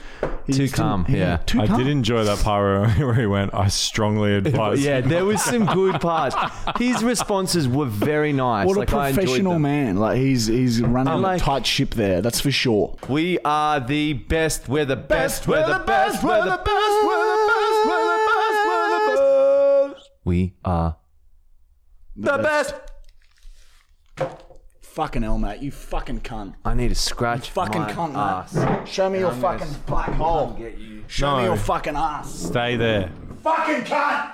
Speaker 1: he
Speaker 3: Too
Speaker 1: just didn't-
Speaker 3: calm,
Speaker 1: he-
Speaker 3: yeah.
Speaker 1: too
Speaker 2: I
Speaker 1: calm.
Speaker 2: did enjoy that pyro where he went. I strongly advise.
Speaker 3: Yeah, there was some good parts. His responses were very nice.
Speaker 1: What
Speaker 3: like,
Speaker 1: a
Speaker 3: I enjoyed
Speaker 1: professional
Speaker 3: them.
Speaker 1: man! Like he's he's running
Speaker 3: Unlike-
Speaker 1: a tight ship there. That's for sure.
Speaker 3: We are the best. We're the best. We're the best. We're the best. We're the best. We're the best. We're the best. We are the best.
Speaker 1: Fucking hell, mate! You fucking cunt!
Speaker 3: I need to scratch.
Speaker 1: Fucking
Speaker 3: my
Speaker 1: cunt, mate!
Speaker 3: ass.
Speaker 1: Show me your
Speaker 3: I'm gonna
Speaker 1: fucking black hole. Show
Speaker 2: No.
Speaker 1: me your fucking ass!
Speaker 2: Stay there.
Speaker 1: Fucking cunt!